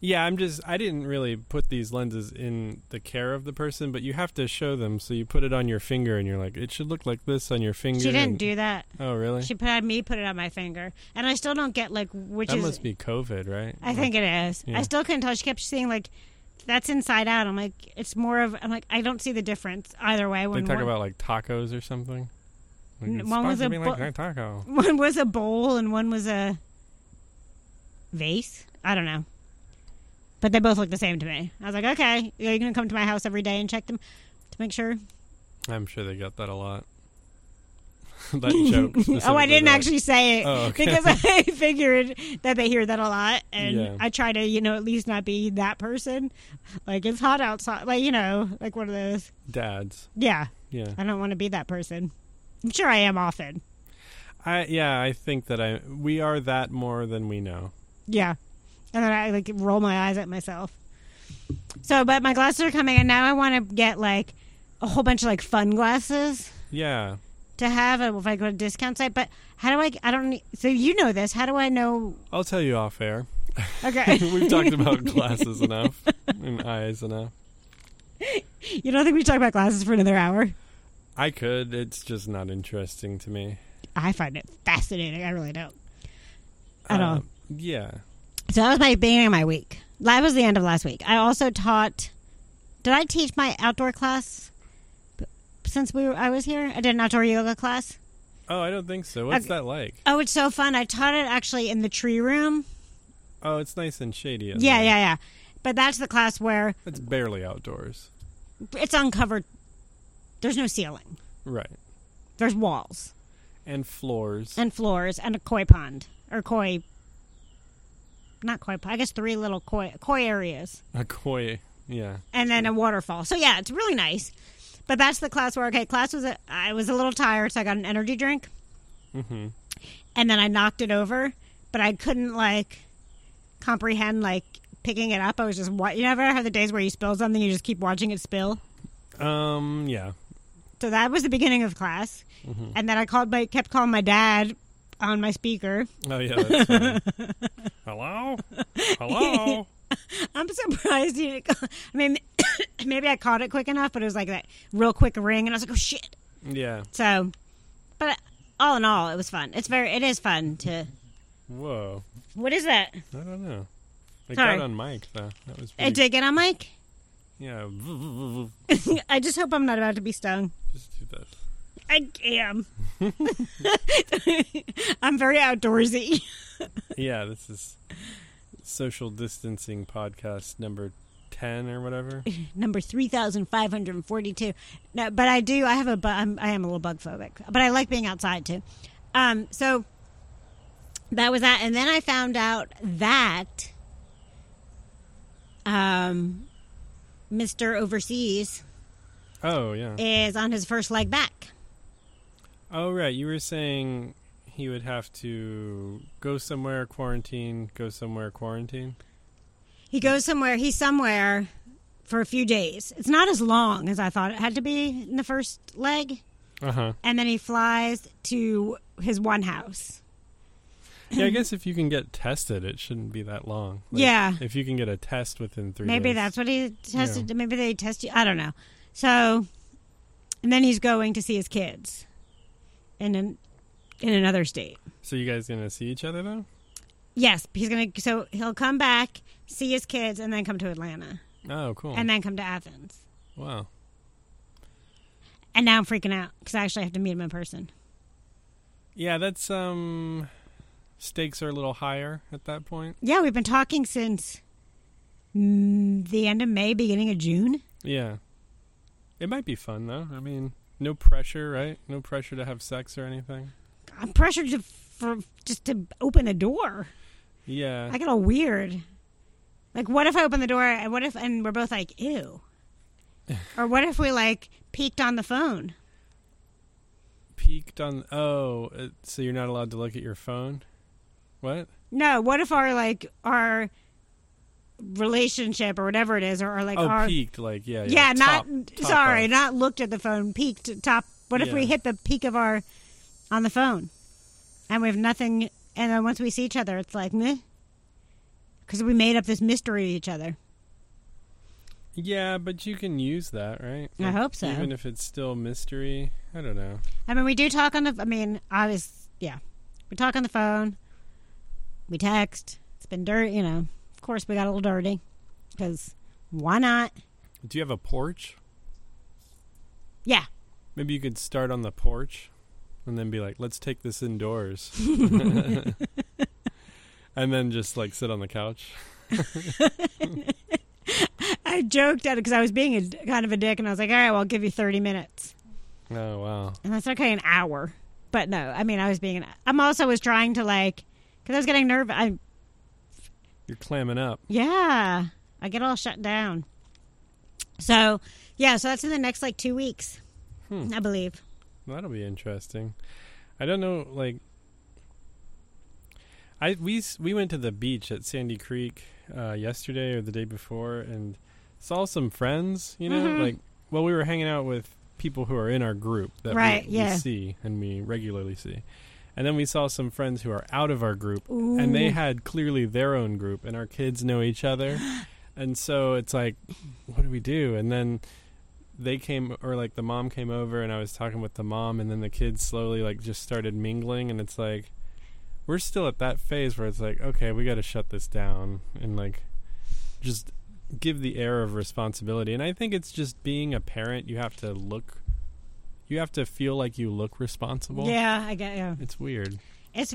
Speaker 3: Yeah, I'm just I didn't really put these lenses in the care of the person, but you have to show them. So you put it on your finger, and you're like, it should look like this on your finger.
Speaker 1: She didn't
Speaker 3: and-
Speaker 1: do that.
Speaker 3: Oh, really?
Speaker 1: She put on me, put it on my finger, and I still don't get like which
Speaker 3: that
Speaker 1: is.
Speaker 3: must be COVID, right?
Speaker 1: I think it is.
Speaker 3: Yeah.
Speaker 1: I still couldn't tell. She kept saying like, "That's inside out." I'm like, it's more of. I'm like, I don't see the difference either way.
Speaker 3: they
Speaker 1: When
Speaker 3: talk
Speaker 1: one-
Speaker 3: about like tacos or something. Like,
Speaker 1: N-
Speaker 3: it's
Speaker 1: one was
Speaker 3: supposed to
Speaker 1: a
Speaker 3: be like
Speaker 1: bu-
Speaker 3: a taco.
Speaker 1: one was a bowl and one was a vase. I don't know. But they both look the same to me. I was like, okay, you're going to come to my house every day and check them to make sure.
Speaker 3: I'm sure they got that a lot. that joke.
Speaker 1: oh, I
Speaker 3: specifically,
Speaker 1: didn't
Speaker 3: like-
Speaker 1: actually say it
Speaker 3: Oh, okay.
Speaker 1: because I figured that they hear that a lot. And
Speaker 3: Yeah.
Speaker 1: I try to, you know, at least not be that person. Like, it's hot outside. Like, you know, like one of those.
Speaker 3: dads.
Speaker 1: Yeah,
Speaker 3: Yeah.
Speaker 1: I don't want to be that person. I'm sure I am often.
Speaker 3: I yeah, I think that I we are that more than we know.
Speaker 1: Yeah. And then I like roll my eyes at myself. So, but my glasses are coming, and now I want to get like a whole bunch of like fun glasses
Speaker 3: Yeah.
Speaker 1: to have uh, if I go to a discount site. But how do I? I don't. need- So you know this. How do I know?
Speaker 3: I'll tell you off air.
Speaker 1: Okay,
Speaker 3: We've talked about glasses enough and eyes enough.
Speaker 1: you don't think we should talk about glasses for another hour?
Speaker 3: I could. It's just not interesting to me.
Speaker 1: I find it fascinating. I really don't. At all.
Speaker 3: Uh, Yeah.
Speaker 1: So that was my beginning of my week. That was the end of last week. I also taught. Did I teach my outdoor class? Since we were, I was here, I did an outdoor yoga class.
Speaker 3: Oh, I don't think so. What's
Speaker 1: Okay.
Speaker 3: that like?
Speaker 1: Oh, it's so fun. I taught it actually in the tree room.
Speaker 3: Oh, it's nice and shady. in
Speaker 1: Yeah,
Speaker 3: there.
Speaker 1: yeah, yeah. But that's the class where
Speaker 3: It's barely outdoors.
Speaker 1: it's uncovered. There's no ceiling.
Speaker 3: Right.
Speaker 1: There's walls
Speaker 3: And floors.
Speaker 1: and floors and a koi pond or koi. Not koi pond. I guess three little koi koi areas
Speaker 3: a koi. Yeah.
Speaker 1: and then a waterfall. So yeah, it's really nice. But that's the class where okay, class was a, I was a little tired, so I got an energy drink.
Speaker 3: Mm-hmm.
Speaker 1: and then I knocked it over, but I couldn't like comprehend like picking it up. I was just wa- you never have the days where you spill something, you just keep watching it spill.
Speaker 3: Um, yeah. Mm-hmm.
Speaker 1: So that was the beginning of class, and then I called my kept calling my dad on my speaker.
Speaker 3: Oh, yeah. That's funny. Hello? Hello?
Speaker 1: I'm surprised you. didn't call- I mean, maybe I caught it quick enough, but it was like that real quick ring, and I was like, oh shit.
Speaker 3: Yeah.
Speaker 1: So, but all in all, it was fun. It's very it is fun to.
Speaker 3: Whoa.
Speaker 1: What is that?
Speaker 3: I don't know. It
Speaker 1: Sorry.
Speaker 3: got on mic, though. That was
Speaker 1: I
Speaker 3: pretty,
Speaker 1: did get on mic.
Speaker 3: Yeah.
Speaker 1: I just hope I'm not about to be stung.
Speaker 3: Just do this.
Speaker 1: I am. I'm very outdoorsy.
Speaker 3: Yeah, this is social distancing podcast number 10 or whatever.
Speaker 1: Number three thousand five hundred forty-two. No, but I do. I have a. bu- I'm, I am a little bug phobic, but I like being outside too. Um, so that was that, and then I found out that um, Mister Overseas
Speaker 3: Oh, yeah.
Speaker 1: is on his first leg back.
Speaker 3: Oh, right. You were saying he would have to go somewhere, quarantine, go somewhere, quarantine.
Speaker 1: He goes somewhere. He's somewhere for a few days. It's not as long as I thought it had to be in the first leg.
Speaker 3: Uh huh.
Speaker 1: and then he flies to his one house.
Speaker 3: Yeah, I guess if you can get tested, it shouldn't be that long.
Speaker 1: Yeah.
Speaker 3: If you can get a test within three
Speaker 1: Maybe
Speaker 3: days.
Speaker 1: that's what he tested. Maybe they test you. I don't know. So, and then he's going to see his kids in an, in another state.
Speaker 3: So you guys going to see each other, though?
Speaker 1: Yes, he's gonna. So he'll come back, see his kids, and then come to Atlanta,
Speaker 3: Oh, cool.
Speaker 1: and then come to Athens.
Speaker 3: wow.
Speaker 1: And now I'm freaking out because I actually have to meet him in person.
Speaker 3: Yeah, that's um stakes are a little higher at that point.
Speaker 1: Yeah, we've been talking since mm, the end of May, beginning of June.
Speaker 3: Yeah. It might be fun though. I mean, no pressure, right? No pressure to have sex or anything.
Speaker 1: I'm pressured to for just to open a door.
Speaker 3: Yeah.
Speaker 1: I get all weird. Like, what if I open the door and what if and we're both like, ew, or what if we like peeked on the phone?
Speaker 3: Peaked on Oh, uh, so you're not allowed to look at your phone? What?
Speaker 1: No, what if our like our relationship or whatever it is, or, or like
Speaker 3: oh,
Speaker 1: our
Speaker 3: peaked like yeah.
Speaker 1: yeah,
Speaker 3: Yeah,
Speaker 1: not
Speaker 3: top- top
Speaker 1: sorry,
Speaker 3: off.
Speaker 1: not looked at the phone, peaked top. What if we
Speaker 3: Yeah.
Speaker 1: hit the peak of our on the phone, and we have nothing? And then once we see each other, it's like meh, because we made up this mystery to each other.
Speaker 3: Yeah, but you can use that, right?
Speaker 1: I hope so.
Speaker 3: Even if it's still mystery, I don't know.
Speaker 1: I mean, we do talk on the. I mean, obvious, yeah, we talk on the phone. We text. It's been dirty, you know. Of course, we got a little dirty because why not?
Speaker 3: Do you have a porch?
Speaker 1: Yeah,
Speaker 3: Maybe you could start on the porch and then be like, let's take this indoors. and then just like sit on the couch.
Speaker 1: I joked at it because I was being a, kind of a dick, and I was like, "All right, well, I'll give you thirty minutes."
Speaker 3: Oh, wow.
Speaker 1: and that's okay an hour but no i mean i was being i'm also was trying to like because i was getting nervous i
Speaker 3: You're clamming up.
Speaker 1: yeah i get all shut down so yeah so that's in the next like two weeks
Speaker 3: Hmm.
Speaker 1: i believe
Speaker 3: That'll be interesting. I don't know, like, I we s- we went to the beach at Sandy Creek uh, yesterday or the day before and saw some friends. You know,
Speaker 1: Mhm.
Speaker 3: like, well, we were hanging out with people who are in our group that we-
Speaker 1: Right,
Speaker 3: we,
Speaker 1: yeah.
Speaker 3: see and we regularly see, and then we saw some friends who are out of our group
Speaker 1: Ooh.
Speaker 3: and they had clearly their own group and our kids know each other and so it's like what do we do and then they came or like the mom came over and i was talking with the mom and then the kids slowly like just started mingling and it's like we're still at that phase where it's like okay we got to shut this down and like just give the air of responsibility and i think it's just being a parent you have to look you have to feel like you look responsible
Speaker 1: yeah i get yeah
Speaker 3: it's weird
Speaker 1: it's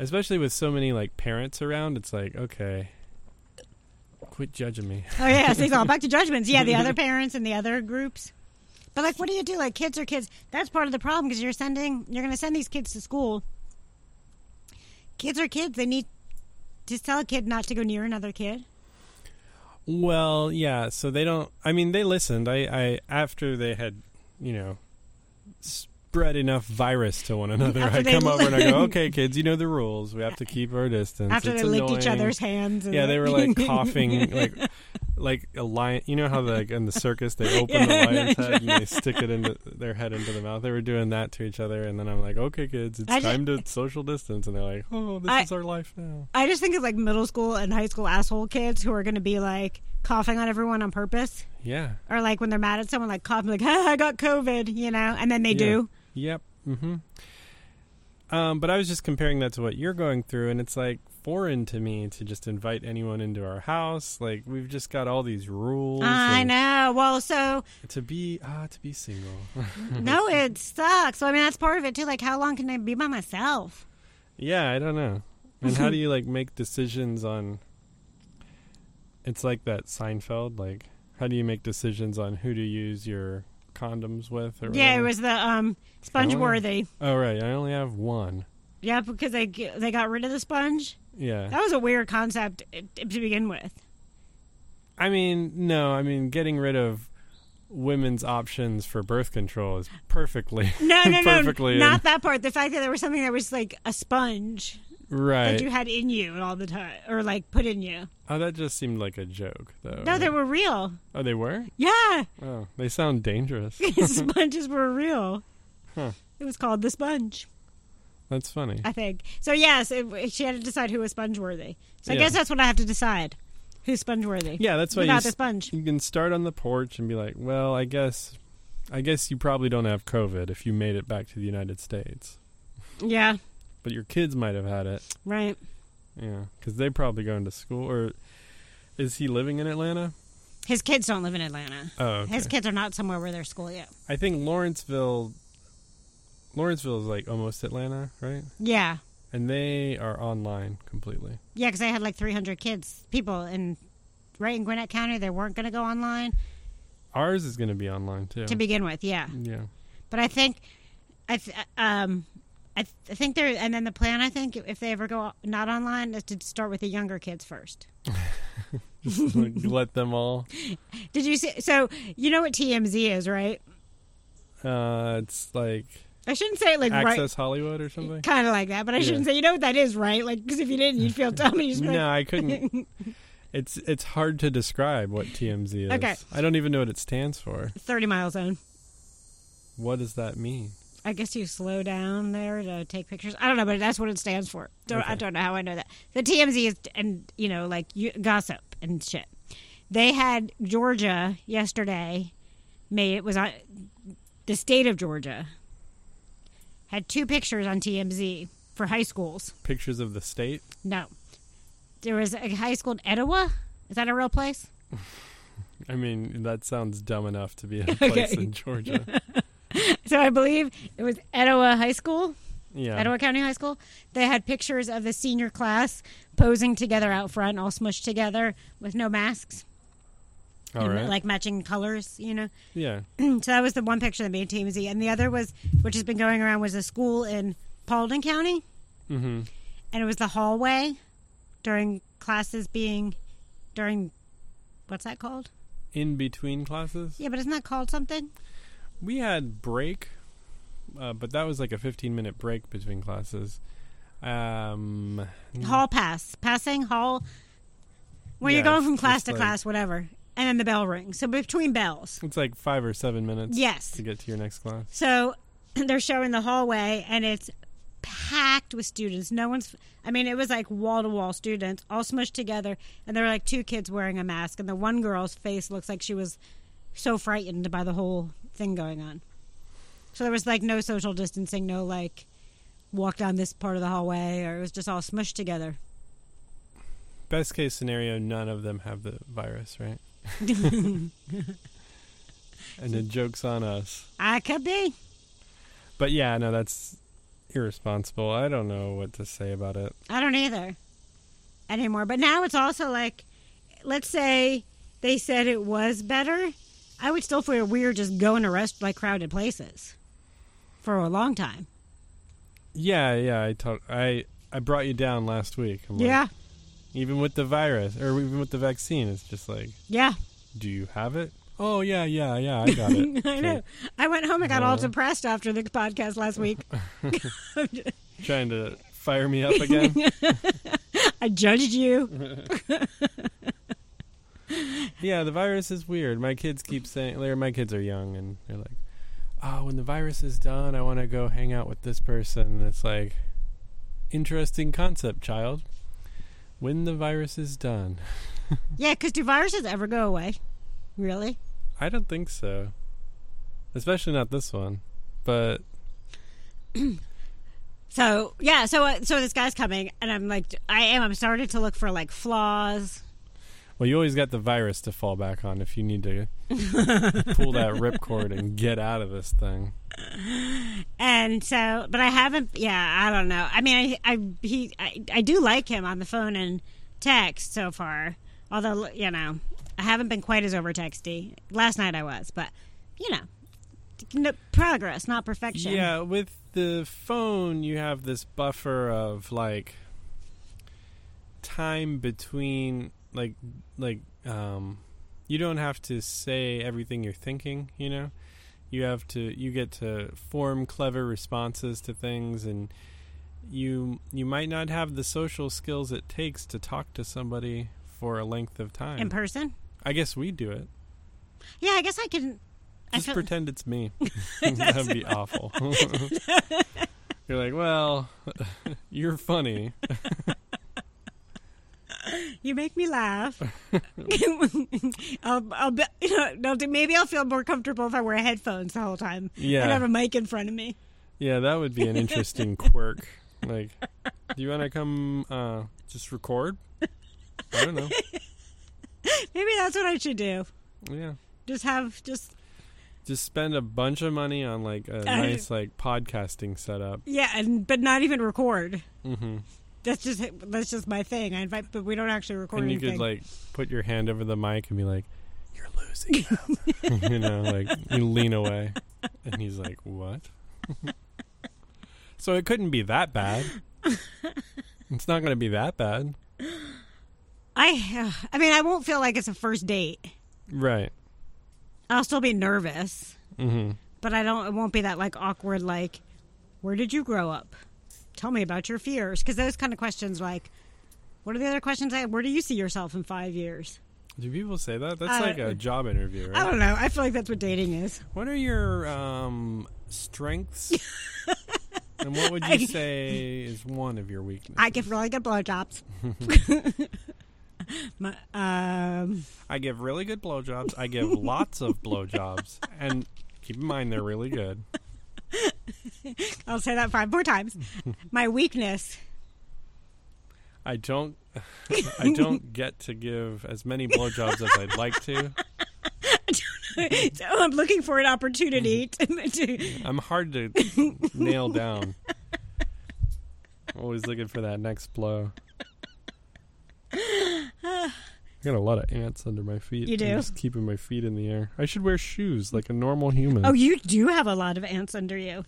Speaker 3: especially with so many like parents around it's like okay quit judging me
Speaker 1: oh yeah so it's all back to judgments yeah the other parents and the other groups but like what do you do like kids are kids that's part of the problem because you're sending you're going to send these kids to school kids are kids they need just tell a kid not to go near another kid
Speaker 3: well yeah so they don't i mean they listened i i after they had you know spread enough virus to one another
Speaker 1: After
Speaker 3: i
Speaker 1: they
Speaker 3: come over and i go
Speaker 1: li-
Speaker 3: okay kids you know the rules we have to keep our distance
Speaker 1: after
Speaker 3: It's
Speaker 1: they licked each
Speaker 3: annoying."
Speaker 1: other's hands. And
Speaker 3: yeah they were like coughing like like a lion you know how like in the circus they open
Speaker 1: Yeah,
Speaker 3: the lion's
Speaker 1: that's
Speaker 3: head and they stick it into their head into the mouth they were doing that to each other and then i'm like okay kids it's
Speaker 1: I ju-
Speaker 3: time to social distance and they're like oh this
Speaker 1: I-
Speaker 3: is our life now
Speaker 1: I just think of like middle school and high school asshole kids who are going to be like coughing on everyone on purpose,
Speaker 3: yeah
Speaker 1: or like when they're mad at someone, like coughing, like "Ah, I got COVID," you know, and then they
Speaker 3: Yeah.
Speaker 1: do.
Speaker 3: yep mm-hmm um, but i was just comparing that to what you're going through and it's like foreign to me to just invite anyone into our house like we've just got all these rules
Speaker 1: I
Speaker 3: and
Speaker 1: know. Well, so
Speaker 3: to be ah to be single
Speaker 1: no, it sucks. So I mean, that's part of it too. Like, how long can I be by myself?
Speaker 3: Yeah, I don't know. And how do you like make decisions on? It's like that Seinfeld. Like, how do you make decisions on who to use your condoms with? Or
Speaker 1: Yeah, it
Speaker 3: whatever?
Speaker 1: was the um sponge worthy.
Speaker 3: Oh right, I only have one.
Speaker 1: Yeah, because they g- they got rid of the sponge.
Speaker 3: Yeah.
Speaker 1: That was a weird concept uh, to begin with.
Speaker 3: I mean, no. I mean, getting rid of women's options for birth control is perfectly
Speaker 1: No, no, no,
Speaker 3: Perfectly
Speaker 1: not
Speaker 3: in.
Speaker 1: that part. The fact that there was something that was like a sponge that
Speaker 3: right.
Speaker 1: you had in you all the time, or like put in you.
Speaker 3: oh, that just seemed like a joke, though.
Speaker 1: No, they were real.
Speaker 3: Oh, they were.
Speaker 1: Yeah,
Speaker 3: Oh, they sound dangerous.
Speaker 1: sponges were real.
Speaker 3: Huh.
Speaker 1: It was called the sponge,
Speaker 3: That's funny.
Speaker 1: I think. So yes, it, she had to decide who was sponge worthy. So I
Speaker 3: Yeah.
Speaker 1: guess that's what I have to decide: who's sponge worthy.
Speaker 3: Yeah, that's why you
Speaker 1: without the
Speaker 3: s-
Speaker 1: sponge.
Speaker 3: You can start on the porch and be like, "Well, I guess, I guess you probably don't have COVID if you made it back to the United States,
Speaker 1: Yeah,
Speaker 3: but your kids might have had it."
Speaker 1: right.
Speaker 3: Yeah, because they probably going to school, or is he living in Atlanta?
Speaker 1: His kids don't live in Atlanta.
Speaker 3: Oh, okay.
Speaker 1: His kids are not somewhere where there's school yet.
Speaker 3: I think Lawrenceville, Lawrenceville is like almost Atlanta, right?
Speaker 1: Yeah.
Speaker 3: And they are online completely.
Speaker 1: Yeah, because they had like 300 kids, people in right in Gwinnett County. They weren't going to go online
Speaker 3: Ours is going to be online too.
Speaker 1: to begin with. Yeah.
Speaker 3: yeah,
Speaker 1: But I think, I th- um, I, th- I think there, and then the plan I think if they ever go not online is to start with the younger kids first.
Speaker 3: Just like, let them all.
Speaker 1: Did you see? So you know what TMZ is, right?
Speaker 3: Uh, it's like
Speaker 1: I shouldn't say it like
Speaker 3: Access Hollywood or something.
Speaker 1: right, kind of like that, but I
Speaker 3: Yeah.
Speaker 1: shouldn't say you know what that is, right? Like because if you didn't, you'd feel dumb. You should be like,
Speaker 3: No, I couldn't. It's it's hard to describe what TMZ is.
Speaker 1: Okay.
Speaker 3: I don't even know what it stands for.
Speaker 1: thirty mile zone.
Speaker 3: What does that mean?
Speaker 1: I guess you slow down there to take pictures. I don't know, but that's what it stands for. Don't, I
Speaker 3: Okay.
Speaker 1: don't know how I know that. The TMZ is, and you know, like you, gossip and shit. They had Georgia yesterday. May it was on the state of Georgia had two pictures on TMZ for high schools.
Speaker 3: Pictures of the state.
Speaker 1: No, there was a high school in Etowah. Is that a real place?
Speaker 3: I mean, that sounds dumb enough to be a place
Speaker 1: Okay.
Speaker 3: in Georgia.
Speaker 1: So I believe it was Etowah High School.
Speaker 3: Yeah.
Speaker 1: Etowah County High School, they had pictures of the senior class posing together out front, all smushed together with no masks,
Speaker 3: All
Speaker 1: and,
Speaker 3: right.
Speaker 1: like matching colors, you know.
Speaker 3: yeah.
Speaker 1: so that was the one picture that made TMZ, and the other was, which has been going around, was a school in Paulding County,
Speaker 3: Mm-hmm.
Speaker 1: and it was the hallway during classes being during what's that called?
Speaker 3: In between classes,
Speaker 1: Yeah, but isn't that called something?
Speaker 3: we had break, uh, but that was like a 15 minute break between classes. Um,
Speaker 1: Hall pass, passing hall. When you're
Speaker 3: Yeah,
Speaker 1: going
Speaker 3: it's
Speaker 1: from class
Speaker 3: just
Speaker 1: to
Speaker 3: like-
Speaker 1: class, whatever, and then the bell rings. So between bells,
Speaker 3: it's like five or seven minutes
Speaker 1: yes.
Speaker 3: to get to your next class.
Speaker 1: So they're showing the hallway, and it's packed with students. No one's, I mean, it was like wall to wall students, all smushed together. And there were like two kids wearing a mask, and the one girl's face looks like she was so frightened by the whole thing going on. So there was like no social distancing, no like walk down this part of the hallway, or it was just all smushed together.
Speaker 3: Best case scenario, none of them have the virus, right? and the joke's on us.
Speaker 1: I could be.
Speaker 3: But yeah, no, that's irresponsible. I don't know what to say about it.
Speaker 1: I don't either anymore. But now it's also like, let's say they said it was better. I would still feel weird just going to rest like crowded places for a long time.
Speaker 3: Yeah, yeah, I talk, I I brought you down last week. I'm like,
Speaker 1: yeah,
Speaker 3: Even with the virus, or even with the vaccine, it's just like,
Speaker 1: yeah,
Speaker 3: do you have it? Oh yeah, yeah, yeah, I got it.
Speaker 1: I know.
Speaker 3: Okay.
Speaker 1: I went home and got all
Speaker 3: Uh-huh.
Speaker 1: depressed after the podcast last week.
Speaker 3: Trying to fire me up again.
Speaker 1: I judged you.
Speaker 3: yeah, the virus is weird. My kids keep saying, or my kids are young, and they're like, "Oh, when the virus is done, I want to go hang out with this person." And it's like, interesting concept, child. When the virus is done,
Speaker 1: Yeah, because do viruses ever go away? Really?
Speaker 3: I don't think so. Especially not this one, but
Speaker 1: So yeah, so uh, so this guy's coming, and I'm like, I am. I'm starting to look for like flaws.
Speaker 3: Well, you always got the virus to fall back on if you need to pull that ripcord and get out of this thing.
Speaker 1: And so, but I haven't. Yeah, I don't know. I mean, I, I he, I, I do like him on the phone and text so far. Although, you know, I haven't been quite as over texty. Last night I was, but you know, no, progress, not perfection.
Speaker 3: Yeah, with the phone, you have this buffer of like time between, like, like um, you don't have to say everything you're thinking. You know, you have to, you get to form clever responses to things and. You you might not have the social skills it takes to talk to somebody for a length of time.
Speaker 1: in person.
Speaker 3: I guess we do it.
Speaker 1: Yeah, I guess I can. I
Speaker 3: Just
Speaker 1: feel-
Speaker 3: pretend it's me. That'd be awful. You're like, well, you're funny.
Speaker 1: You make me laugh. I'll, I'll be, you know, no, maybe I'll feel more comfortable if I wear headphones the whole time. and
Speaker 3: Yeah,
Speaker 1: have a mic in front of me.
Speaker 3: yeah, that would be an interesting quirk. Like, do you want to come uh, just record? I don't know.
Speaker 1: Maybe that's what I should do.
Speaker 3: Yeah.
Speaker 1: Just have just
Speaker 3: Just spend a bunch of money on like a nice like podcasting setup.
Speaker 1: yeah, and but not even record.
Speaker 3: Mm-hmm.
Speaker 1: That's just that's just my thing. I invite, but we don't actually record
Speaker 3: And you
Speaker 1: anything.
Speaker 3: could like put your hand over the mic and be like, "You're losing them," you know, like you lean away, and he's like, "What?" so it couldn't be that bad. It's not going to be that bad,
Speaker 1: I I mean, I won't feel like it's a first date.
Speaker 3: right?
Speaker 1: I'll still be nervous,
Speaker 3: Mm-hmm.
Speaker 1: but I don't. It won't be that like awkward. Like, where did you grow up? Tell me about your fears, because those kind of questions, like, what are the other questions? I where do you see yourself in five years?
Speaker 3: Do people say that? That's
Speaker 1: I-
Speaker 3: like a job interview, right?
Speaker 1: Uh, I don't know. I feel like that's what dating is.
Speaker 3: What are your um, strengths? and what would you
Speaker 1: I-
Speaker 3: say is one of your weaknesses?
Speaker 1: I give really good blowjobs. My, um,
Speaker 3: I give really good blowjobs. I give lots of blowjobs, and keep in mind they're really good.
Speaker 1: I'll say that five more times. My weakness.
Speaker 3: I don't, I don't get to give as many blowjobs as I'd like to.
Speaker 1: so I'm looking for an opportunity to, to
Speaker 3: I'm hard to nail down. Always looking for that next blow. I got a lot of ants under my feet.
Speaker 1: You
Speaker 3: I'm
Speaker 1: do?
Speaker 3: just keeping my feet in the air. I should wear shoes like a normal human.
Speaker 1: Oh, you do have a lot of ants under you.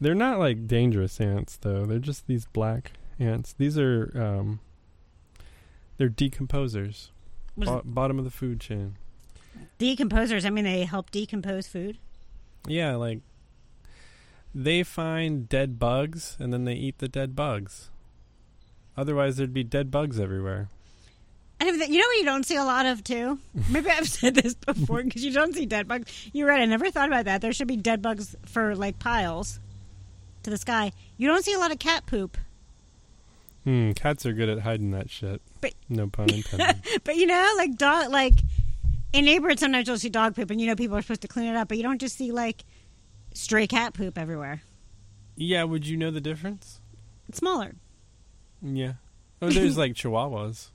Speaker 3: They're not like dangerous ants though. They're just these black ants. These are um they're decomposers.
Speaker 1: What is
Speaker 3: Bo- bottom of the food chain.
Speaker 1: Decomposers. I mean, they help decompose food.
Speaker 3: Yeah, like they find dead bugs and then they eat the dead bugs. Otherwise there'd be dead bugs everywhere.
Speaker 1: And if you know what you don't see a lot of too? Maybe I've said this before because you don't see dead bugs. You're right. I never thought about that. There should be dead bugs for like piles to the sky. You don't see a lot of cat poop.
Speaker 3: Hmm, cats are good at hiding that shit.
Speaker 1: But-
Speaker 3: no pun intended.
Speaker 1: But you know, like dog, like in neighborhoods, sometimes you'll see dog poop, and you know people are supposed to clean it up, but you don't just see like stray cat poop everywhere.
Speaker 3: yeah, would you know the difference?
Speaker 1: It's smaller.
Speaker 3: Yeah. Oh, there's like chihuahuas.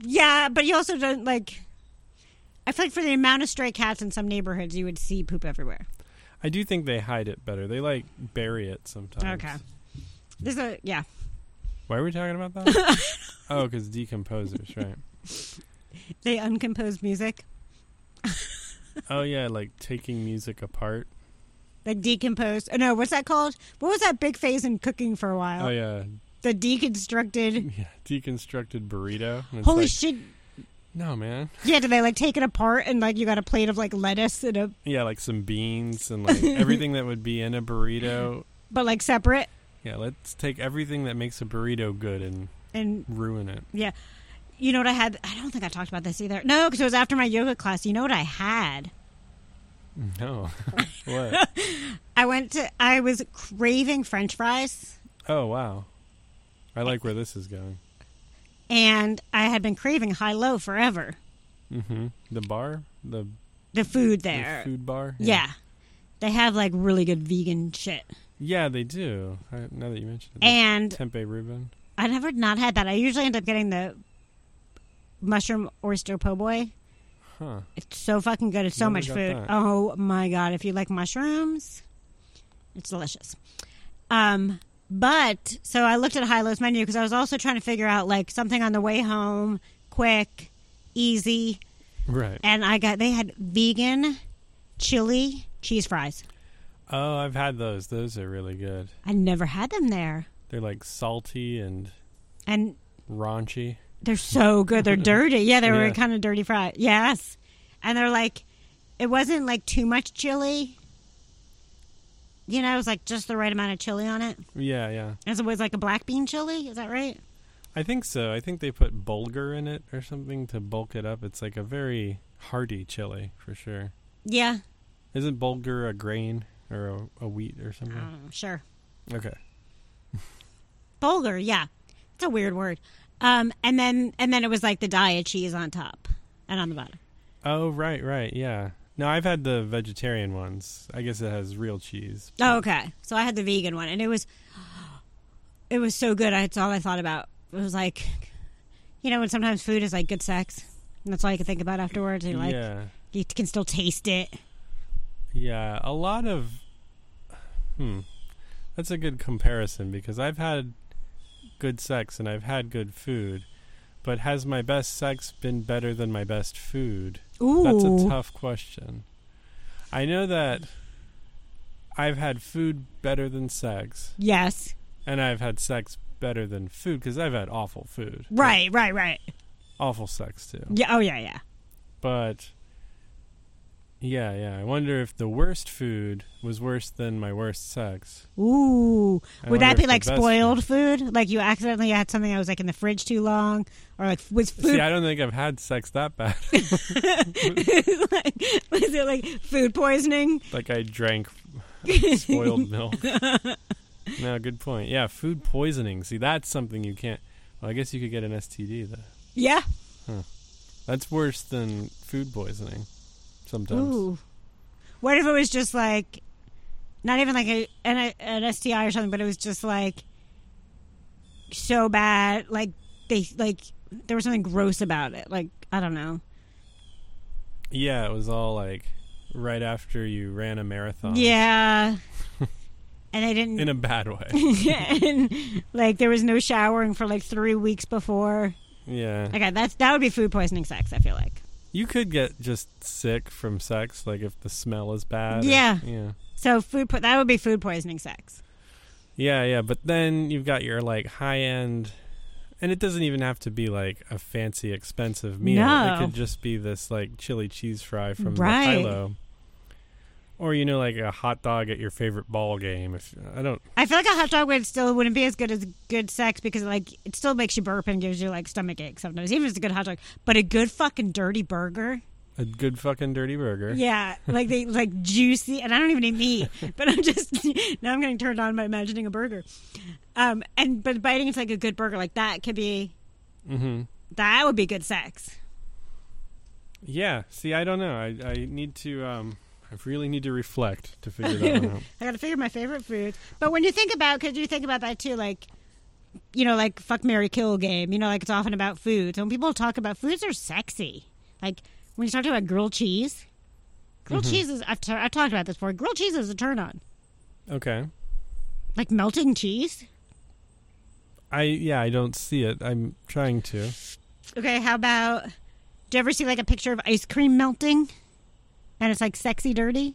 Speaker 1: Yeah, but you also don't like. I feel like for the amount of stray cats in some neighborhoods, you would see poop everywhere.
Speaker 3: I do think they hide it better. They like bury it sometimes.
Speaker 1: Okay. There's a yeah.
Speaker 3: Why were we talking about that? oh, because decomposers, right?
Speaker 1: They uncompose music,
Speaker 3: Oh yeah, like taking music apart.
Speaker 1: like decompose. Oh no, what's that called? What was that big phase in cooking for a while?
Speaker 3: Oh yeah,
Speaker 1: The deconstructed.
Speaker 3: yeah deconstructed burrito. And it's
Speaker 1: Holy
Speaker 3: like,
Speaker 1: shit!
Speaker 3: No man.
Speaker 1: Yeah, do they like take it apart and like you got a plate of like lettuce and a
Speaker 3: Yeah, like some beans and like everything that would be in a burrito.
Speaker 1: but like separate
Speaker 3: Yeah, let's take everything that makes a burrito good and
Speaker 1: and
Speaker 3: ruin it.
Speaker 1: You know what I had? I don't think I talked about this either. No, because it was after my yoga class. You know what I had?
Speaker 3: No. what?
Speaker 1: I went to. I was craving French fries,
Speaker 3: Oh wow. I like where this is going.
Speaker 1: and I had been craving high low forever.
Speaker 3: Mm-hmm. The bar, the,
Speaker 1: The food
Speaker 3: the
Speaker 1: there,
Speaker 3: food bar.
Speaker 1: yeah. they have like really good vegan shit,
Speaker 3: Yeah, they do. I, now that you mentioned it,
Speaker 1: and
Speaker 3: tempeh Reuben.
Speaker 1: I never not had that. I usually end up getting the mushroom oyster po' boy.
Speaker 3: Huh.
Speaker 1: It's so fucking good. It's so
Speaker 3: Never
Speaker 1: much
Speaker 3: got
Speaker 1: food.
Speaker 3: that.
Speaker 1: Oh my god! If you like mushrooms, it's delicious. Um, but so I looked at High Low's menu because I was also trying to figure out like something on the way home, quick, easy,
Speaker 3: Right.
Speaker 1: and I got they had vegan chili cheese fries.
Speaker 3: Oh, I've had those. Those are really good.
Speaker 1: I never had them there,
Speaker 3: They're like salty and
Speaker 1: and
Speaker 3: raunchy.
Speaker 1: They're so good. They're dirty. Yeah, they were
Speaker 3: Yeah.
Speaker 1: kind of dirty fries. Yes. And they're like, it wasn't like too much chili. You know, it was like just the right amount of chili on it.
Speaker 3: Yeah, yeah.
Speaker 1: As it was like a black bean chili. Is that right?
Speaker 3: I think so. I think they put bulgur in it or something to bulk it up. It's like a very hearty chili for sure.
Speaker 1: Yeah.
Speaker 3: Isn't bulgur a grain or a, a wheat or something?
Speaker 1: Um, sure.
Speaker 3: Okay.
Speaker 1: Bulgur. Yeah. It's a weird word. Um, and then and then it was like the diet cheese on top and on the bottom.
Speaker 3: Oh, right, right. Yeah. No, I've had the vegetarian ones. I guess it has real cheese.
Speaker 1: Oh, okay. So I had the vegan one, and it was it was so good. That's all I thought about. It was like, you know, when sometimes food is like good sex, and that's all you can think about afterwards. And you're like,
Speaker 3: yeah,
Speaker 1: you can still taste it.
Speaker 3: yeah. A lot of, hmm, that's a good comparison because I've had good sex and I've had good food, but has my best sex been better than my best food?
Speaker 1: Ooh,
Speaker 3: That's a tough question. I know that I've had food better than sex,
Speaker 1: yes,
Speaker 3: and I've had sex better than food because I've had awful food,
Speaker 1: right, right, right.
Speaker 3: Awful sex too.
Speaker 1: Yeah, oh yeah, yeah.
Speaker 3: But yeah, yeah. I wonder if the worst food was worse than my worst sex.
Speaker 1: Ooh,
Speaker 3: I
Speaker 1: would that
Speaker 3: wonder
Speaker 1: be
Speaker 3: if
Speaker 1: like
Speaker 3: the best
Speaker 1: spoiled food? Like you accidentally had something that was like in the fridge too long, or like was
Speaker 3: food- See,
Speaker 1: food
Speaker 3: I don't think I've had sex that bad.
Speaker 1: like, was it like food poisoning?
Speaker 3: like I drank spoiled milk. no, good point. Yeah, food poisoning. See, that's something you can't. Well, I guess you could get an STD though.
Speaker 1: Yeah.
Speaker 3: That's worse than food poisoning. Sometimes.
Speaker 1: Ooh. What if it was just like, not even like a, an, an STI or something, but it was just like so bad, like they like there was something gross about it. Like I don't know.
Speaker 3: Yeah, it was all like right after you ran a marathon.
Speaker 1: Yeah. and they didn't.
Speaker 3: In a bad way.
Speaker 1: and, like there was no showering for like three weeks before.
Speaker 3: yeah.
Speaker 1: Okay, that's that would be food poisoning sex. I feel like.
Speaker 3: You could get just sick from sex, like if the smell is bad. or-
Speaker 1: Yeah.
Speaker 3: yeah.
Speaker 1: So food po- that would be food poisoning sex.
Speaker 3: Yeah, yeah. But then you've got your like high end and it doesn't even have to be like a fancy expensive meal.
Speaker 1: No.
Speaker 3: It could just be this like chili cheese fry from
Speaker 1: Right.
Speaker 3: the Hilo. Or you know, like a hot dog at your favorite ball game. If I don't
Speaker 1: I feel like a hot dog would still wouldn't be as good as good sex because like it still makes you burp and gives you like stomach ache sometimes, even if it's a good hot dog. But a good fucking dirty burger,
Speaker 3: a good fucking dirty burger.
Speaker 1: yeah, like they like juicy, and I don't even eat meat, but I'm just now I'm getting turned on by imagining a burger. Um, and but biting into like a good burger like that could be
Speaker 3: Mm-hmm.
Speaker 1: that would be good sex.
Speaker 3: Yeah. See, I don't know. I, I need to. Um, I really need to reflect to figure that one out.
Speaker 1: I got to figure my favorite foods. But when you think about, because you think about that too, like, you know, like fuck Mary Kill game, you know, like it's often about foods. When people talk about foods, are sexy. Like when you start talking about grilled cheese, grilled cheese is, I've, t- I've talked about this before, grilled cheese is a turn on.
Speaker 3: Okay.
Speaker 1: Like melting cheese.
Speaker 3: I yeah. I don't see it. I'm trying to.
Speaker 1: Okay, how about, do you ever see like a picture of ice cream melting? And it's like sexy dirty?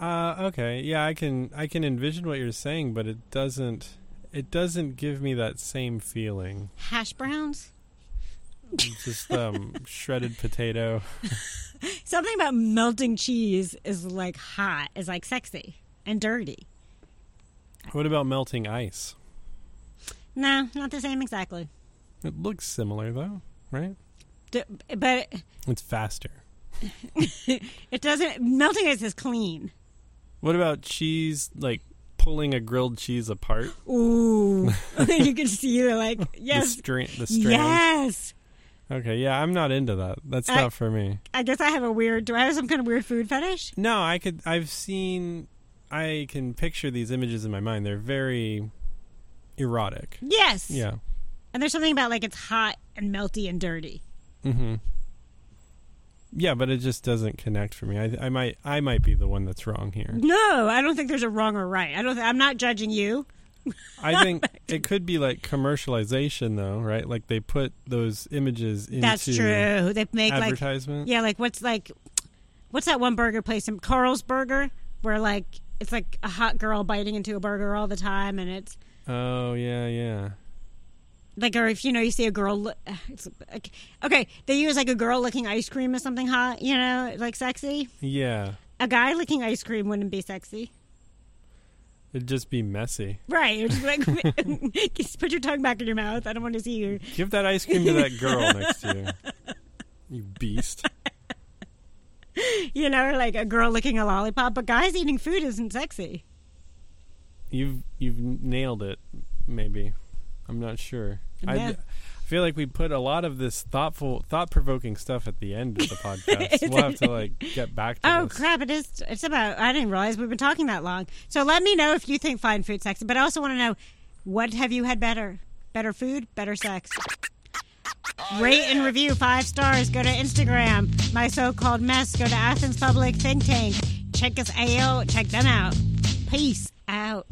Speaker 3: Uh, okay. Yeah. I can. I can envision what you're saying, but it doesn't. It doesn't give me that same feeling.
Speaker 1: Hash browns?
Speaker 3: It's just um, shredded potato.
Speaker 1: Something about melting cheese is like hot, is like sexy and dirty.
Speaker 3: What about melting ice?
Speaker 1: No, not the same exactly.
Speaker 3: It looks similar though, right?
Speaker 1: D- But
Speaker 3: It's faster.
Speaker 1: it doesn't. Melting ice is clean.
Speaker 3: What about cheese? Like pulling a grilled cheese apart.
Speaker 1: Ooh, you can see they're like yes,
Speaker 3: The, stra- the strand.
Speaker 1: yes.
Speaker 3: Okay. Yeah. I'm not into that. That's
Speaker 1: I-
Speaker 3: not for me.
Speaker 1: I guess I have a weird. Do I have some kind of weird food fetish?
Speaker 3: No, I could. I've seen. I can picture these images in my mind. They're very erotic.
Speaker 1: Yes.
Speaker 3: Yeah.
Speaker 1: And there's something about like it's hot and melty and dirty.
Speaker 3: Mm-hmm. Yeah, but it just doesn't connect for me. I, I might. I might be the one that's wrong here.
Speaker 1: No, I don't think there's a wrong or right. I don't. Th- I'm not judging you.
Speaker 3: I think it could be like commercialization, though, right? Like they put those images into
Speaker 1: That's true. They make like
Speaker 3: advertisement.
Speaker 1: yeah, like what's like what's that one burger place in Carl's Burger where like it's like a hot girl biting into a burger all the time and it's
Speaker 3: Oh yeah, yeah.
Speaker 1: like or if you know you see a girl li- it's like, okay they use like a girl licking ice cream as something hot you know like sexy
Speaker 3: Yeah.
Speaker 1: a guy licking ice cream wouldn't be sexy
Speaker 3: It'd just be messy.
Speaker 1: right you're just like just put your tongue back in your mouth i don't want to see you
Speaker 3: Give that ice cream to that girl next to you. You beast.
Speaker 1: you know or like a girl licking a lollipop but guys eating food isn't sexy
Speaker 3: You've you've nailed it. Maybe. I'm not sure.
Speaker 1: Yeah.
Speaker 3: I, I feel like we put a lot of this thoughtful, thought-provoking stuff at the end of the podcast. we'll have to like get back to
Speaker 1: Oh
Speaker 3: this.
Speaker 1: crap! It is. It's about. I didn't realize we've been talking that long. So let me know if you think fine food sexy. But I also want to know what have you had better? Better food, better sex. Rate and review five stars. Go to Instagram. My so-called mess. Go to Athens Public Think Tank. Check us out. Check them out. Peace out.